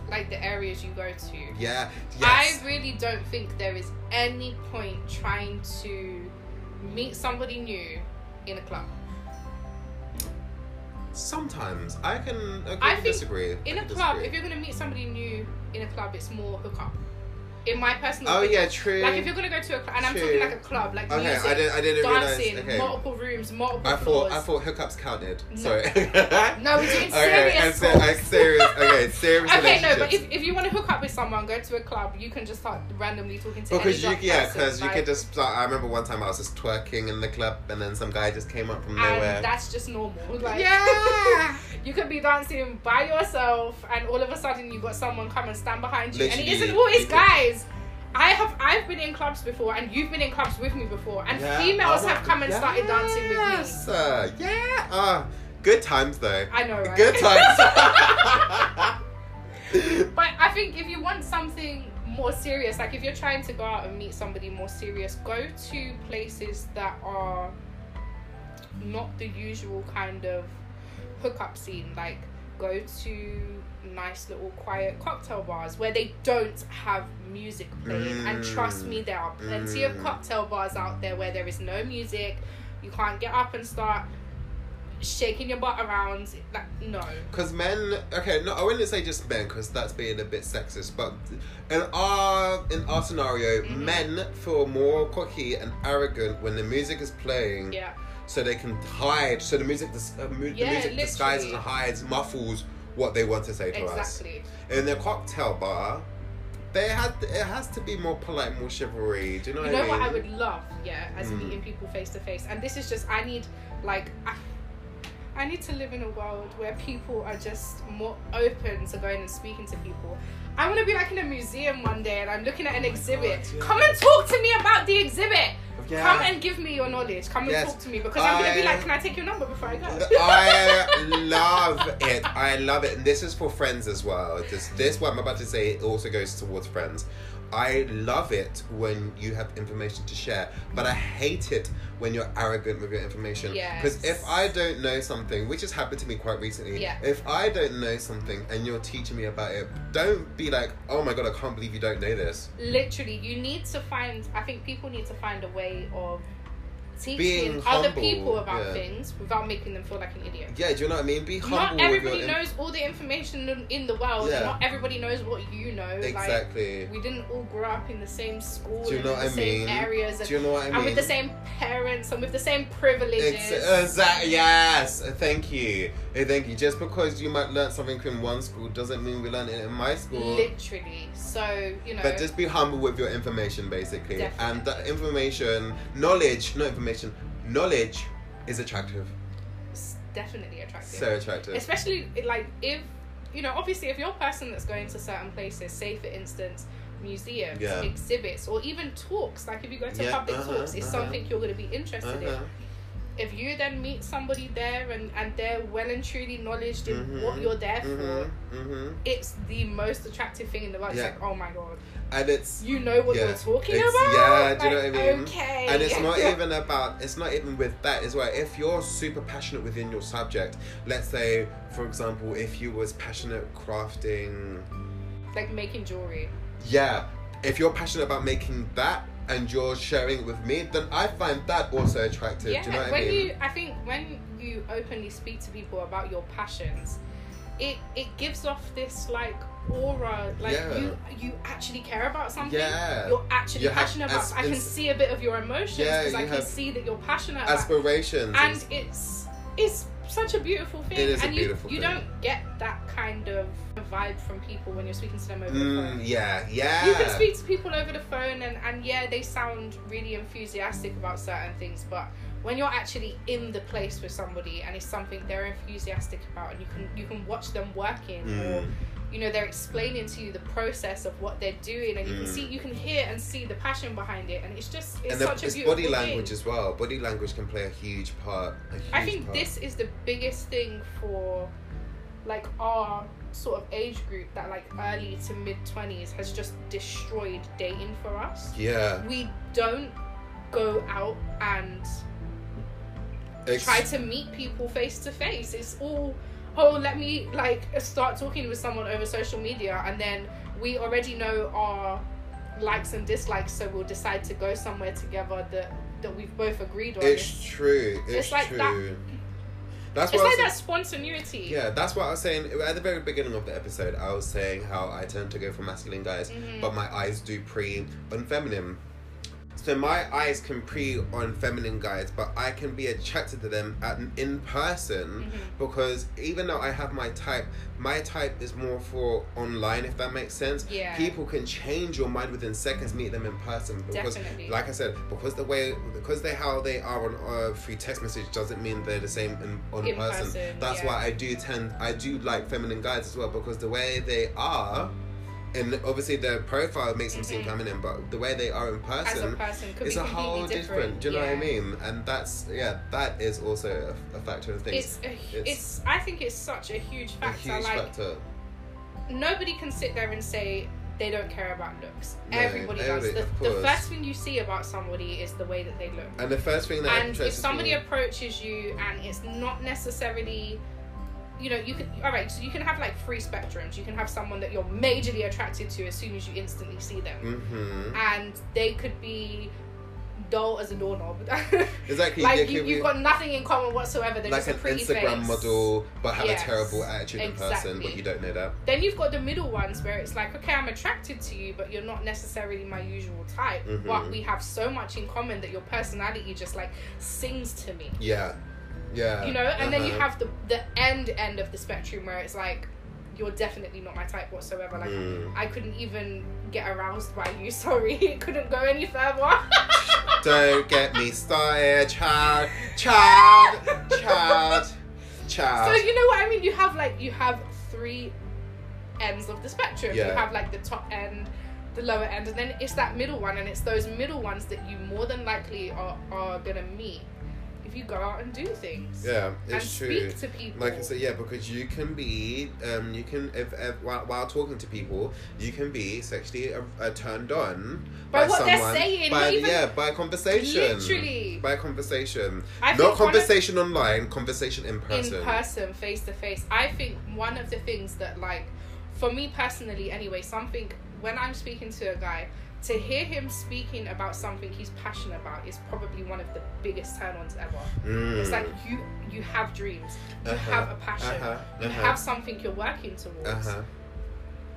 B: like the areas you go to.
A: Yeah. Yes.
B: I really don't think there is any point trying to meet somebody new in a club.
A: Sometimes I can agree
B: I
A: to
B: think
A: disagree. I
B: In a
A: can
B: club,
A: disagree.
B: if you're gonna meet somebody new in a club, it's more hook up. in my personal.
A: Oh
B: opinion.
A: yeah, true.
B: Like if you're gonna go to a club, and I'm
A: True.
B: talking like a club, like
A: okay,
B: music,
A: I didn't. I didn't realize.
B: dancing,
A: Okay.
B: multiple rooms, multiple.
A: I thought I thought
B: floors.
A: hookups counted.
B: No.
A: Sorry.
B: No, we're doing
A: Okay,
B: serious
A: I'm se-
B: talks.
A: I'm serious. Okay, serious.
B: Okay, no, but
A: relationships.
B: if, if you want to hook up with someone, go to a club. You can just start randomly talking to
A: because
B: any
A: you
B: drunk
A: yeah,
B: person,
A: because you
B: like,
A: could just. Start, I remember one time I was just twerking in the club, and then some guy just came up from nowhere.
B: and that's just normal. Like,
A: yeah.
B: you could be dancing by yourself, and all of a sudden you got someone come and stand behind you, and it
A: Literally,
B: isn't always
A: you could-
B: guys. I have I've been in clubs before, and you've been in clubs with me before, and
A: Yeah.
B: females
A: Oh my-
B: have come and started dancing with me.
A: Yes, uh, yeah. Uh, good times though.
B: I know, right?
A: Good times.
B: But I think if you want something more serious, like if you're trying to go out and meet somebody more serious, go to places that are not the usual kind of hookup scene. Like go to nice little quiet cocktail bars where they don't have music playing. And trust
A: Mm.
B: me, there are plenty of
A: Mm.
B: cocktail bars out there where there is no music. You can't get up and start shaking your butt around. Like no.
A: Because men, okay, no, I wouldn't say just men, because that's being a bit sexist. But in our in our scenario,
B: Mhm.
A: men feel more cocky and arrogant when the music is playing,
B: Yeah.
A: so they can hide. So the music, dis- uh, mu-
B: Yeah,
A: the music disguises and
B: literally.
A: hides, muffles what they want to say to us.
B: Exactly.
A: In the cocktail bar, they had it has to be more polite, more chivalry. Do you know
B: You
A: what I
B: know
A: mean?
B: what I would love, yeah, as
A: Mm.
B: meeting people face to face. And this is just I need like I, I need to live in a world where people are just more open to going and speaking to people. I want to be like in a museum one day and I'm looking at an
A: Oh my
B: exhibit.
A: God, yeah.
B: Come and talk to me about the exhibit.
A: Yeah.
B: Come and give me your knowledge. Come and
A: Yes.
B: talk to me because I'm gonna be
A: I-
B: like, can I take your number before I go?
A: I love it. I love it. And this is for friends as well. This this what I'm about to say also goes towards friends. I love it when you have information to share, but I hate it when you're arrogant with your information. Because
B: Yes.
A: if I don't know something, which has happened to me quite recently,
B: Yeah.
A: if I don't know something and you're teaching me about it, don't be like, oh my god, I can't believe you don't know this.
B: literally you need to find i think people need to find a way of teaching
A: Being
B: other
A: humble,
B: people about
A: yeah.
B: things without making them feel like an idiot
A: Yeah, do you know what I mean? Be humble
B: not
A: with your
B: everybody
A: in-
B: knows all the information in- in the world
A: Yeah.
B: and not everybody knows what you know like
A: Exactly.
B: we didn't all grow up in the same school
A: Do you
B: and
A: know
B: in
A: what I
B: the same
A: mean?
B: areas and,
A: do you know what I mean? uh,
B: and with the same parents and with the same privileges
A: Exactly. Yes. Uh, Thank you. Eh, Thank you. Just because you might learn something in one school doesn't mean we learn it in my school.
B: literally so you know
A: But just be humble with your information, basically. And that information, knowledge, not information, knowledge is attractive.
B: it's definitely attractive
A: So attractive.
B: especially like if you know obviously if you're a person that's going to certain places say for instance museums
A: Yeah.
B: exhibits or even talks like if you go to
A: Yeah,
B: public
A: uh-huh,
B: talks it's
A: uh-huh.
B: something you're going to be interested in
A: Uh-huh.
B: if you then meet somebody there and, and they're well and truly knowledgeable in
A: Mhm,
B: what you're there for
A: Mm-hmm. Mm-hmm.
B: it's the most attractive thing in the world
A: Yeah.
B: it's like oh my god
A: And it's
B: you know what
A: Yeah,
B: you're talking
A: it's-
B: about
A: yeah, do you know
B: Like,
A: what I mean?
B: okay
A: and it's not even about it's not even with that as well if you're super passionate within your subject let's say for example if you was passionate crafting
B: like making jewelry
A: yeah if you're passionate about making that and you're sharing it with me then i find that also attractive
B: yeah
A: do you know what
B: when
A: i mean
B: you i think when you openly speak to people about your passions it it gives off this like aura like
A: Yeah.
B: you you actually care about something
A: Yeah.
B: you're actually
A: You have
B: passionate about
A: as-
B: i can
A: ins-
B: see a bit of your emotions
A: Yeah,
B: because i
A: you
B: can
A: have
B: see that you're passionate about it.
A: aspirations
B: and it's it's such a beautiful thing
A: It is a
B: and
A: beautiful
B: you, you
A: thing.
B: don't get that kind of vibe from people when you're speaking to them over the phone
A: Mm, yeah yeah
B: you can speak to people over the phone and, and yeah they sound really enthusiastic about certain things but when you're actually in the place with somebody and it's something they're enthusiastic about and you can you can watch them working or
A: Mm,
B: you know they're explaining to you the process of what they're doing and you can
A: Mm.
B: see you can hear and see the passion behind it and it's just it's
A: and the,
B: such a
A: it's
B: beautiful
A: body language
B: thing.
A: as well body language can play a huge part a huge
B: I think
A: part.
B: this is the biggest thing for like our sort of age group that like early to mid 20s has just destroyed dating for us
A: yeah
B: we don't go out and
A: Ex-
B: try to meet people face to face. It's all, oh, let me like start talking with someone over social media, and then we already know our likes and dislikes, so we'll decide to go somewhere together that that we've both agreed on.
A: It's true. It's,
B: like
A: true.
B: that-
A: That's
B: It's
A: what I
B: like
A: was
B: that spontaneity.
A: Yeah, that's what I was saying at the very beginning of the episode. I was saying how I tend to go for masculine guys,
B: Mhm.
A: but my eyes do pre on feminine. So my eyes can pre on feminine guys, but I can be attracted to them at, in person
B: Mhm.
A: because even though I have my type, my type is more for online, if that makes sense.
B: Yeah.
A: People can change your mind within seconds. Meet them in person because,
B: Definitely.
A: like I said, because the way because they how they are on uh, through text message doesn't mean they're the same in, on
B: In
A: person.
B: person,
A: That's
B: yeah.
A: why I do tend I do like feminine guys as well because the way they are. And obviously, their profile makes them seem
B: Mhm.
A: feminine, but the way they are in
B: As a
A: person,
B: person, could
A: is
B: be
A: a
B: completely
A: whole different. Do you know what I
B: yeah.
A: mean? And that's yeah, that is also a, a factor of things.
B: It's, a, it's
A: It's-
B: I think it's such a huge
A: a
B: factor.
A: huge
B: like
A: factor.
B: nobody can sit there and say they don't care about looks.
A: No,
B: everybody does.
A: every-
B: The,
A: of
B: the
A: course.
B: first thing you see about somebody is the way that they look.
A: And the first thing that
B: and if
A: interests
B: somebody
A: me,
B: approaches you and it's not necessarily you know you can all right so you can have like three spectrums you can have someone that you're majorly attracted to as soon as you instantly see them
A: Mhm.
B: and they could be dull as a doorknob
A: exactly
B: like
A: they
B: you,
A: could
B: you've
A: be
B: got nothing in common whatsoever they're
A: like
B: just a
A: an
B: pretty
A: Instagram
B: face.
A: model, but have
B: Yes,
A: a terrible attitude in person,
B: exactly.
A: but you don't know that.
B: then you've got the middle ones where it's like okay i'm attracted to you but you're not necessarily my usual type
A: Mhm.
B: but we have so much in common that your personality just like sings to me
A: Yeah, yeah.
B: you know and then you
A: uh-huh.
B: have the the end end of the spectrum where it's like you're definitely not my type whatsoever like
A: Mm.
B: i couldn't even get aroused by you sorry it couldn't go any further
A: Don't get me started, child, child, child, child.
B: so you know what i mean you have like you have three ends of the spectrum you
A: Yeah.
B: have like the top end the lower end and then it's that middle one and it's those middle ones that you more than likely are, are gonna meet if you go out and do things
A: yeah,
B: and
A: it's true.
B: speak to people
A: Like I said, yeah, because you can be, um, you can if, if while, while talking to people, you can be sexually uh, uh, turned on
B: By
A: by,
B: what they're
A: someone,
B: saying,
A: by
B: not even-
A: yeah, by conversation,
B: literally
A: by conversation,
B: I
A: not
B: think one of-
A: conversation online, conversation in person.
B: in person face to face i think one of the things that like for me personally anyway something when i'm speaking to a guy to hear him speaking about something he's passionate about is probably one of the biggest turn-ons ever
A: Mm.
B: it's like you you have dreams you
A: Uh-huh,
B: have a passion
A: uh-huh,
B: you
A: uh-huh,
B: have something you're working towards
A: uh-huh.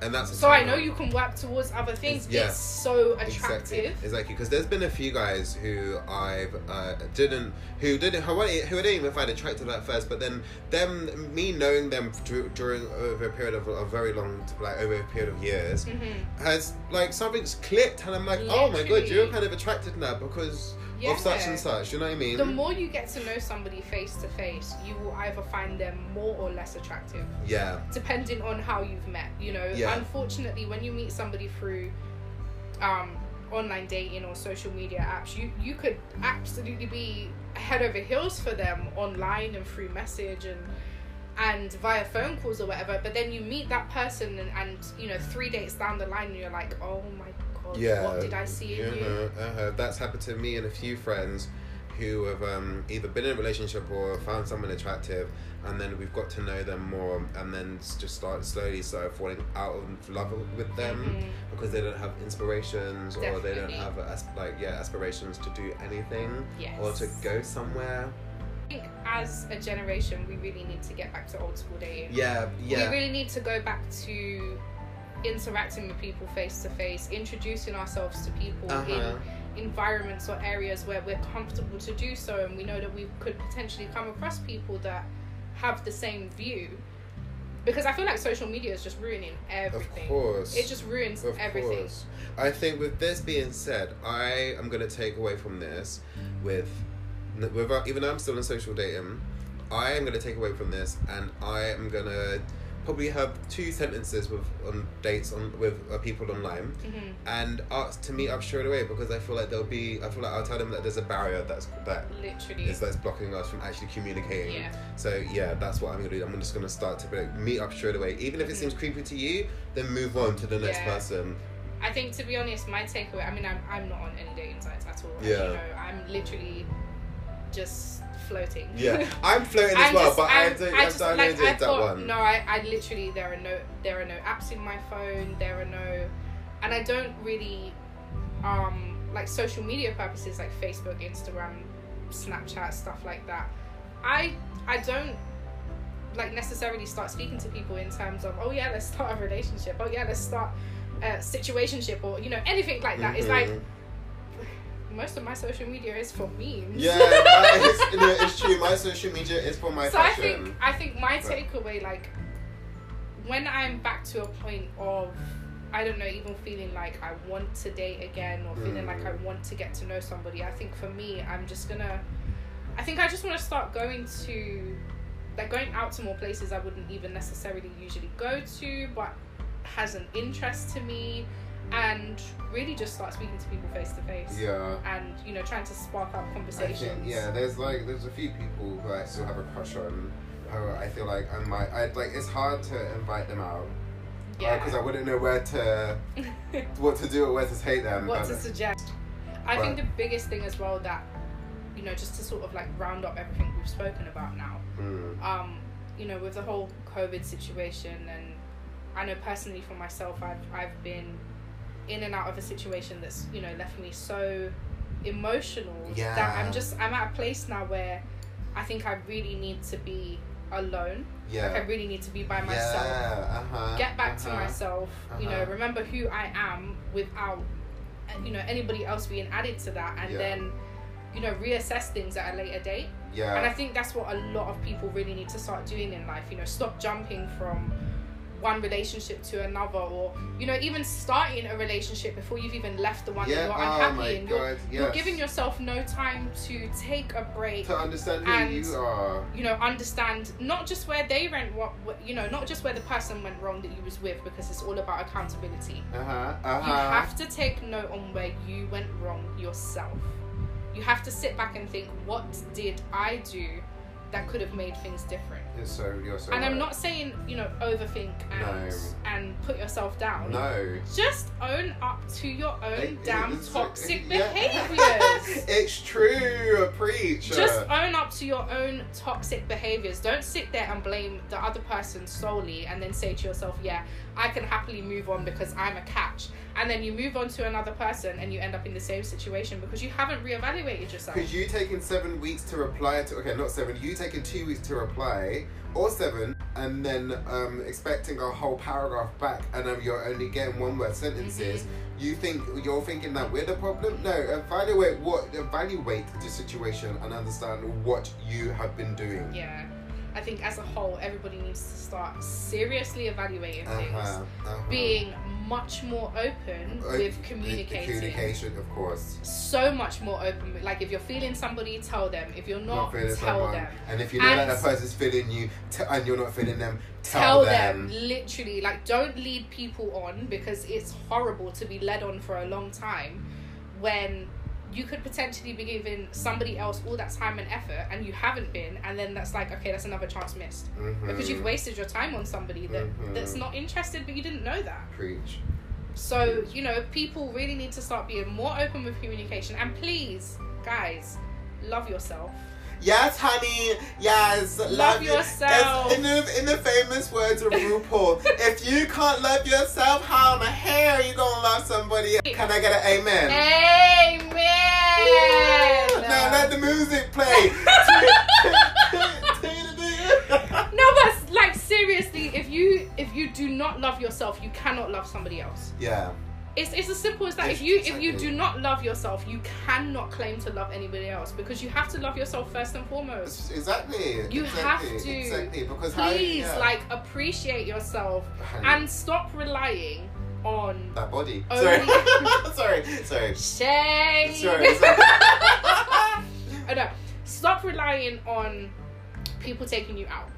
A: and that's a
B: so i
A: turn
B: know
A: on.
B: you can work towards other things
A: Yeah.
B: it's so
A: Exactly,
B: attractive
A: exactly. Because there's been a few guys who I've uh, didn't, who didn't, who I, who I didn't even find attractive at first, but then them, me knowing them dur- during over a period of a very long, like over a period of years,
B: hmm
A: has like something's clicked, and I'm like, oh my god,
B: Literally.
A: you're kind of attracted now because
B: yeah.
A: of such and such. You know what I mean?
B: the more you get to know somebody face to face you will either find them more or less attractive
A: yeah,
B: depending on how you've met you know
A: Yeah.
B: unfortunately when you meet somebody through um online dating or social media apps you you could absolutely be head over heels for them online and through message and and via phone calls or whatever but then you meet that person and, and you know three dates down the line and you're like oh my god
A: yeah.
B: what did i see in you
A: Uh-huh, uh-huh. That's happened to me and a few friends who have um, either been in a relationship or found someone attractive, and then we've got to know them more, and then s- just start slowly started falling out of love with them
B: Mhm.
A: because they don't have inspirations or they don't
B: Definitely.
A: have as- like yeah aspirations to do anything
B: yes
A: or to go somewhere.
B: i think as a generation we really need to get back to old school dating
A: Yeah, yeah.
B: We really need to go back to interacting with people face to face, introducing ourselves to people
A: uh-huh.
B: in environments or areas where we're comfortable to do so, and we know that we could potentially come across people that have the same view. Because I feel like social media is just ruining
A: Of
B: everything.
A: course.
B: It just ruins
A: Of
B: everything.
A: course. I think with this being said, I am going to take away from this with, without, even though I'm still in social dating, I am going to take away from this and I am going to probably have two sentences with on dates on with uh, people online
B: Mhm.
A: and ask to meet up straight away because I feel like there'll be I feel like I'll tell them that there's a barrier that's that
B: Literally.
A: is that's blocking us from actually communicating.
B: Yeah.
A: So yeah, that's what I'm gonna do. I'm just gonna start to like, meet up straight away. Even if it
B: Mhm.
A: seems creepy to you, then move on to the next
B: Yeah.
A: person.
B: I think to be honest, my takeaway. I mean, I'm, I'm not on any dating sites at all. as
A: Yeah.
B: You know, I'm literally just floating.
A: Yeah, I'm floating as
B: I'm
A: well,
B: just-
A: but I,
B: I'm-
A: don't,
B: I
A: I've
B: just, like,
A: downloaded
B: I
A: that
B: thought-
A: one.
B: No, I, I literally there are no there are no apps in my phone. There are no, and I don't really, um, like social media purposes like Facebook, Instagram, Snapchat, stuff like that. I I don't like necessarily start speaking to people in terms of oh yeah let's start a relationship oh yeah let's start a situationship or you know anything like that. It's like
A: Mhm.
B: most of my social media is for memes.
A: Yeah, uh, it's, no, it's true. My social media is for my
B: so
A: fashion.
B: I think I think my
A: But-
B: takeaway, like when I'm back to a point of I don't know, even feeling like I want to date again or feeling
A: Mm.
B: like I want to get to know somebody, I think for me I'm just gonna I think I just wanna start going to like going out to more places I wouldn't even necessarily usually go to but has an interest to me and really just start speaking to people face to face.
A: yeah.
B: And you know, trying to spark up
A: I
B: conversations.
A: think, yeah, there's like there's a few people who I still have a crush on. Who I feel like I might, I like it's hard to invite them out because I wouldn't know where to
B: Yeah.
A: what to do or where to take them.
B: what
A: but-
B: to suggest. I
A: Right.
B: think the biggest thing as well that you know, just to sort of like round up everything we've spoken about now.
A: Mm,
B: Um, you know, with the whole COVID situation, and I know personally for myself, I've I've been in and out of a situation that's you know left me so emotional that
A: Yeah.
B: I'm just I'm at a place now where I think I really need to be alone.
A: yeah.
B: Like I really need to be by myself
A: Yeah, uh-huh,
B: get back to
A: uh-huh.
B: myself you know
A: Uh-huh.
B: remember who i am without uh, you know anybody else being added to that and
A: Yeah.
B: then you know reassess things at a later date
A: Yeah.
B: and i think that's what a lot of people really need to start doing in life you know stop jumping from one relationship to another or you know even starting a relationship before you've even left the one
A: yeah.
B: that you're
A: oh
B: unhappy
A: my
B: in you're,
A: god.
B: you're
A: yes.
B: giving yourself no time to take a break
A: to understand who
B: and-
A: you are.
B: you know understand not just where they went what, what you know not just where the person went wrong that you was with because it's all about accountability
A: Uh huh.
B: you
A: Uh huh.
B: have to take note on where you went wrong yourself you have to sit back and think what did i do that could have made things different
A: You're so. You're so.
B: and i'm
A: right.
B: not saying you know overthink and
A: No.
B: and put yourself down
A: No.
B: just own up to your own
A: It-
B: damn
A: it's-
B: toxic
A: yeah.
B: behaviors
A: it's true. Preach.
B: Just own up to your own toxic behaviors. Don't sit there and blame the other person solely and then say to yourself, yeah, I can happily move on because I'm a catch. And then you move on to another person and you end up in the same situation because you haven't reevaluated yourself.
A: Because you taking seven weeks to reply to okay, not seven. You taking two weeks to reply or seven, and then um, expecting a whole paragraph back, and um, you're only getting one word sentences.
B: Mm-hmm.
A: You think you're thinking that we're the problem? No, evaluate what evaluate the situation and understand what you have been doing.
B: Yeah. I think as a whole, everybody needs to start seriously evaluating
A: Uh-huh,
B: things,
A: uh-huh.
B: being much more open
A: O-
B: with
A: With the
B: communicating.
A: communication, of course.
B: So much more open. with- Like if you're feeling somebody, tell them. If you're not,
A: feeling
B: tell
A: someone.
B: them.
A: And if you know that
B: And-
A: that person's feeling you, t- and you're not feeling them, tell,
B: tell them literally like don't lead people on because it's horrible to be led on for a long time when you could potentially be giving somebody else all that time and effort and you haven't been and then that's like okay that's another chance missed
A: Mhm.
B: because you've wasted your time on somebody that
A: Mhm.
B: that's not interested but you didn't know that
A: preach.
B: so you know people really need to start being more open with communication and please guys love yourself
A: Yes, honey. Yes, love, you-
B: yourself.
A: As In the, in the famous words of RuPaul, if you can't love yourself, how in the hell you gonna love somebody? Can I get an amen?
B: amen
A: Now let the music play.
B: No, but like seriously, if you if you do not love yourself, you cannot love somebody else.
A: yeah,
B: It's it's as simple as that.
A: Yes,
B: if you
A: exactly.
B: if you do not love yourself, you cannot claim to love anybody else because you have to love yourself first and foremost.
A: it's- exactly.
B: You have
A: exactly,
B: to.
A: Exactly. Because how-
B: Please,
A: yeah.
B: like appreciate yourself
A: Honey,
B: and stop relying on
A: that body.
B: Oh.
A: Sorry. sorry. Sorry.
B: shame.
A: Sorry. sorry.
B: Oh, no. Stop relying on people taking you out.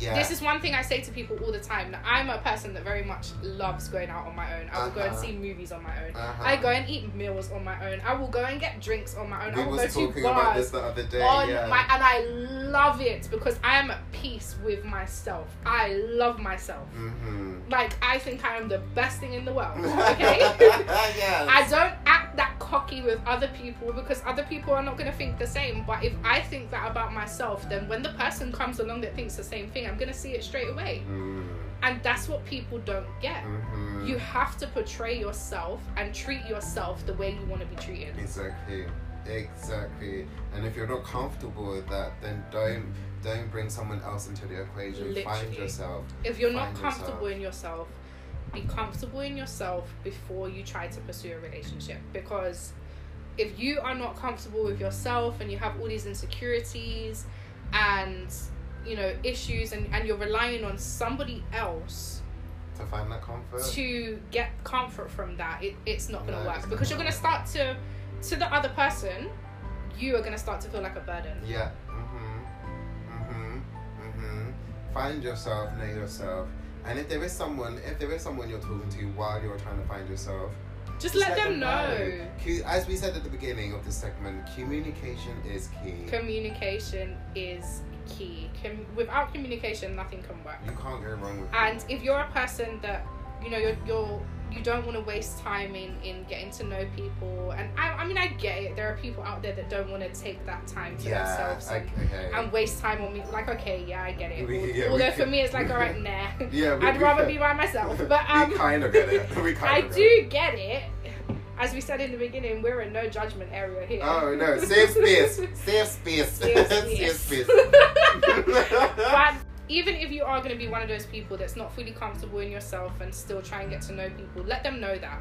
A: yeah.
B: This is one thing I say to people all the time. That I'm a person that very much loves going out on my own. I will go and
A: Uh-huh.
B: see movies on my own.
A: Uh-huh.
B: I go and eat meals on my own. I will go and get drinks on my own.
A: We
B: I will
A: was
B: go to
A: talking about this
B: bars
A: the other day.
B: on
A: yeah.
B: my and I love it because I am at peace with myself. I love myself.
A: Mhm.
B: Like I think I am the best thing in the world. Okay.
A: yes.
B: I don't act that cocky with other people because other people are not going to think the same. But if I think that about myself, then when the person comes along that thinks the same thing, I'm going to see it straight away. And that's what people don't get.
A: Mm-hmm.
B: You have to portray yourself and treat yourself the way you want to be treated.
A: Exactly. Exactly. And if you're not comfortable with that, then don't don't bring someone else into the equation. Find
B: Literally.
A: yourself.
B: If you're not
A: Find
B: comfortable
A: yourself.
B: in yourself, be comfortable in yourself before you try to pursue a relationship. Because if you are not comfortable with yourself and you have all these insecurities and you know issues and, and you're relying on somebody else
A: to find that comfort.
B: to get comfort from that it, it's not going to
A: No, it's
B: work
A: not
B: because you're
A: gonna
B: going to start to to the other person you are going to start to feel like a burden
A: Yeah. Mm-hmm. Mm-hmm. Mm-hmm. Find yourself, know yourself. And if there is someone, if there is someone you're talking to while you're trying to find yourself, just
B: just let, them, know.
A: Cu- As we said at the beginning of this segment, communication is key.
B: Communication is key. Com- without communication, nothing can work.
A: you can't go wrong with
B: And if you're a person that you know you're, you're you don't want to waste time in in getting to know people, and I, I mean I get it. There are people out there that don't want to take that time for
A: yeah.
B: themselves and,
A: Like, okay.
B: and waste time on me. Like okay, yeah, I get it.
A: We- yeah, we
B: Although for
A: can-
B: me, it's like all right, nah.
A: yeah, we-
B: I'd
A: we
B: rather
A: get-
B: be by myself. But um,
A: we kind of get it. We kind
B: I
A: of
B: do get it. As we said in the beginning, we're in no judgment area here.
A: Oh no! Safe space. Safe space.
B: Safe
A: Safe
B: space.
A: space.
B: but even if you are going to be one of those people that's not fully comfortable in yourself and still try and get to know people, let them know that.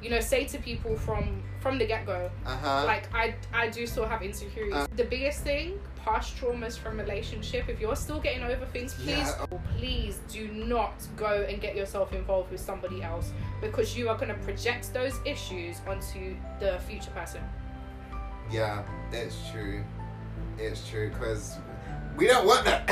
B: You know, say to people from from the get go,
A: Uh huh.
B: like I I do still have insecurities.
A: Uh.
B: the biggest thing, past traumas from relationship. If you're still getting over things, please
A: Yeah.
B: please do not go and get yourself involved with somebody else because you are going to project those issues onto the future person.
A: Yeah, it's true. It's true because we don't want that.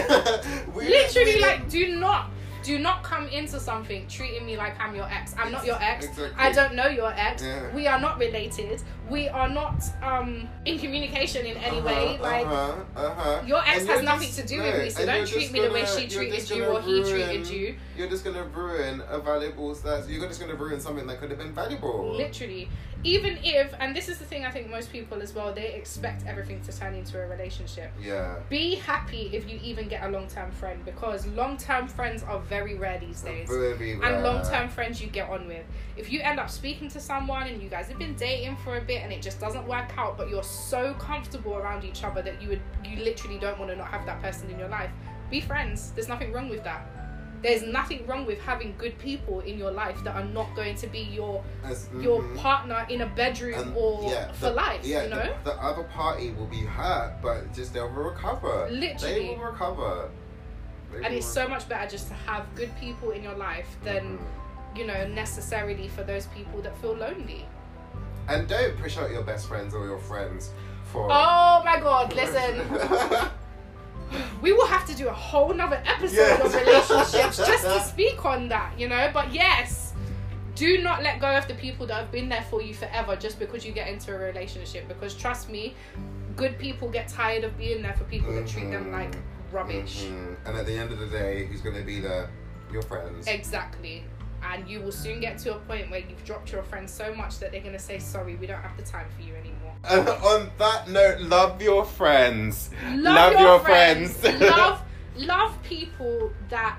A: we don't-
B: Literally,
A: we don't-
B: like, do not, do not come into something treating me like I'm your ex. I'm not your ex.
A: Exactly.
B: I don't know your ex.
A: Yeah. Uh-huh,
B: We are not related. We are not um in communication in any way. Like
A: uh-huh, uh-huh.
B: your ex
A: And
B: has
A: you're
B: nothing
A: just-
B: to do
A: no,
B: with me. So
A: and
B: don't
A: you're
B: treat
A: just
B: me the way
A: gonna-
B: she
A: you're
B: treated
A: just
B: you
A: gonna
B: or he
A: ruin-
B: treated you.
A: You're just gonna ruin a valuable status. You're just gonna ruin something that could have been valuable.
B: Literally. Even if, and this is the thing I think most people as well, they expect everything to turn into a relationship.
A: Yeah.
B: Be happy if you even get a long term friend because long term friends are very rare these days.
A: Really
B: And
A: rare.
B: long term friends you get on with. If you end up speaking to someone and you guys have been dating for a bit and it just doesn't work out, but you're so comfortable around each other that you would you literally don't want to not have that person in your life, be friends. There's nothing wrong with that. There's nothing wrong with having good people in your life that are not going to be your
A: As-
B: your
A: mhm.
B: partner in a bedroom
A: And,
B: or
A: yeah,
B: for
A: the-
B: life,
A: Yeah,
B: you know?
A: the, the other party will be hurt, but just they'll recover. They
B: Literally.
A: will recover. They
B: And
A: will
B: it's so much better just to have good people in your life than,
A: Mhm.
B: you know, necessarily for those people that feel lonely.
A: And don't push out your best friends or your friends for.
B: Oh my god, listen. we will have to do a whole nother episode
A: Yes.
B: of relationships just to speak on that, you know? But yes, do not let go of the people that have been there for you forever just because you get into a relationship. Because trust me, good people get tired of being there for people that treat them
A: Mhm.
B: like rubbish.
A: Mhm. And at the end of the day, who's going to be there? Your friends.
B: Exactly. And you will soon get to a point where you've dropped your friends so much that they're going to say, sorry, we don't have the time for you anymore.
A: And on that note, love your friends.
B: love, love people that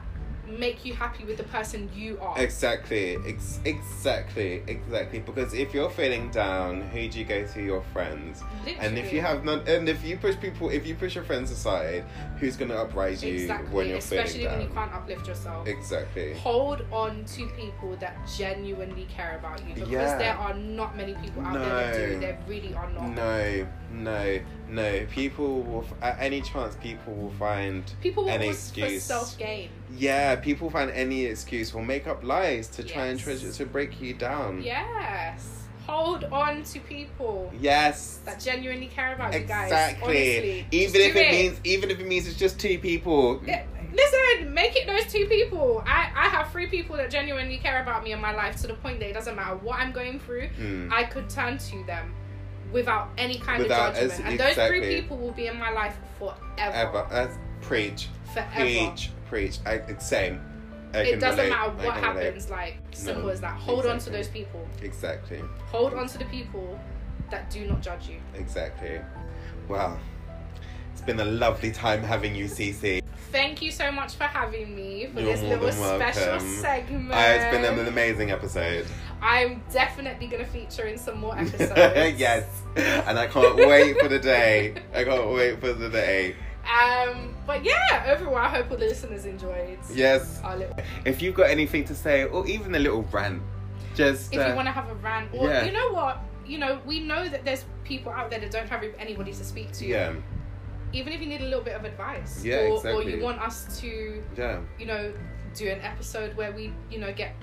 B: make you happy with the person you are.
A: Exactly, ex- exactly, exactly. Because if you're feeling down, who do you go to? Your friends. And if
B: Literally.
A: you have none, and if you push people, if you push your friends aside, who's gonna uprise you
B: exactly,
A: when you're
B: especially
A: feeling
B: when
A: down?
B: you can't uplift yourself.
A: Exactly.
B: Hold on to people that genuinely care about you because
A: Yeah.
B: there are not many people out there that do.
A: No.
B: There really are not.
A: No, no, no. People will, f- at any chance, people will find.
B: People will
A: An
B: always for
A: excuse.
B: self gain.
A: Yeah, people find any excuse will make up lies to try and
B: Yes.
A: treasure to break you down.
B: Yes. Hold on to people.
A: Hmm. Yes.
B: that genuinely care about you guys.
A: Exactly.
B: Honestly, Just
A: Even if
B: do
A: it, means, even if it means it's just two people.
B: Yeah, Listen, make it those two people. I, I have three people that genuinely care about me in my life to the point that it doesn't matter what I'm going through,
A: Mm.
B: I could turn to them without any kind
A: Without-
B: of judgment.
A: as-
B: And those three
A: exactly.
B: people will be in my life forever.
A: Ever. That's preach,
B: Forever.
A: preach, preach. I, it's same. I
B: It
A: can
B: doesn't
A: relate.
B: matter
A: I
B: what
A: can relate.
B: happens, like simple
A: No,
B: as that. Hold on to
A: exactly.
B: those people.
A: Exactly.
B: Hold on to the people that do not judge you.
A: Exactly. Wow. It's been a lovely time having you, Cece.
B: Thank you so much for having me for
A: You're
B: this
A: more
B: little
A: than
B: special
A: welcome.
B: segment.
A: Uh, it's been an amazing episode.
B: I'm definitely gonna feature in some more episodes.
A: yes. And I can't wait for the day. I can't wait for the day.
B: Um, but yeah, overall, I hope all the listeners enjoyed.
A: Yes.
B: Our little,
A: If you've got anything to say, or even a little rant, just
B: if
A: uh,
B: you want to have a rant, or
A: yeah.
B: you know what, you know, we know that there's people out there that don't have anybody to speak to.
A: yeah,
B: Even if you need a little bit of advice,
A: Yeah,
B: or, or
A: exactly.
B: you want us to,
A: yeah,
B: you know, do an episode where we, you know, get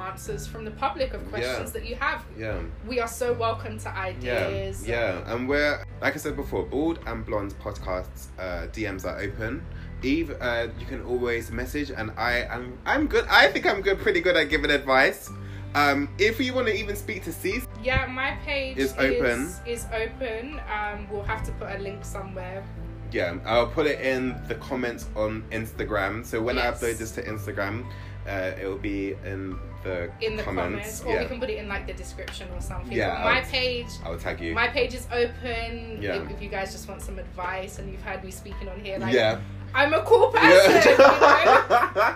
B: answers from the public of questions that you have.
A: yeah.
B: We are so welcome to
A: Yeah,
B: ideas.
A: yeah, and we're like I said before, bald and blonde podcasts uh, DMs are open. Eve, uh, you can always message, and I am I'm good. I think I'm good, pretty good at giving advice. Um, if you want to even speak to Cease,
B: Yeah, my page
A: It's open.
B: Is open. Um, we'll have to put a link somewhere.
A: yeah, I'll put it in the comments on Instagram. So when
B: Yes.
A: I upload this to Instagram, uh, it will be in the
B: in the
A: comments.
B: comments, or
A: yeah,
B: we can put it in like the description or something.
A: Yeah,
B: But my
A: I'll-
B: page,
A: I'll tag you.
B: my page is open.
A: Yeah.
B: If, if you guys just want some advice and you've heard me speaking on here, like
A: yeah,
B: I'm a cool person. you know?
A: yeah.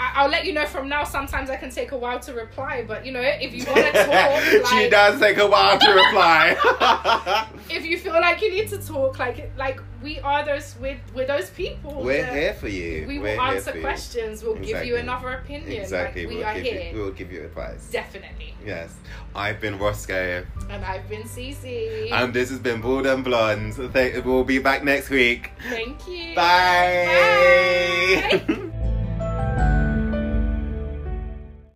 B: I, I'll let you know from now. Sometimes I can take a while to reply, but you know, if you want to talk,
A: she
B: like,
A: does take a while to reply.
B: if you feel like you need to talk, like like we are those we're, we're those people.
A: We're
B: that
A: here for you.
B: We will
A: We're here
B: answer
A: for you.
B: questions. We'll give
A: Exactly.
B: you another opinion.
A: Exactly.
B: Like, we
A: we'll
B: are
A: give
B: here.
A: You, we'll give you advice.
B: Definitely.
A: Yes. I've been Roscoe,
B: And I've been Cece.
A: and this has been Bald and Blonde. Thank- We'll be back next week.
B: Thank you.
A: Bye.
B: Bye.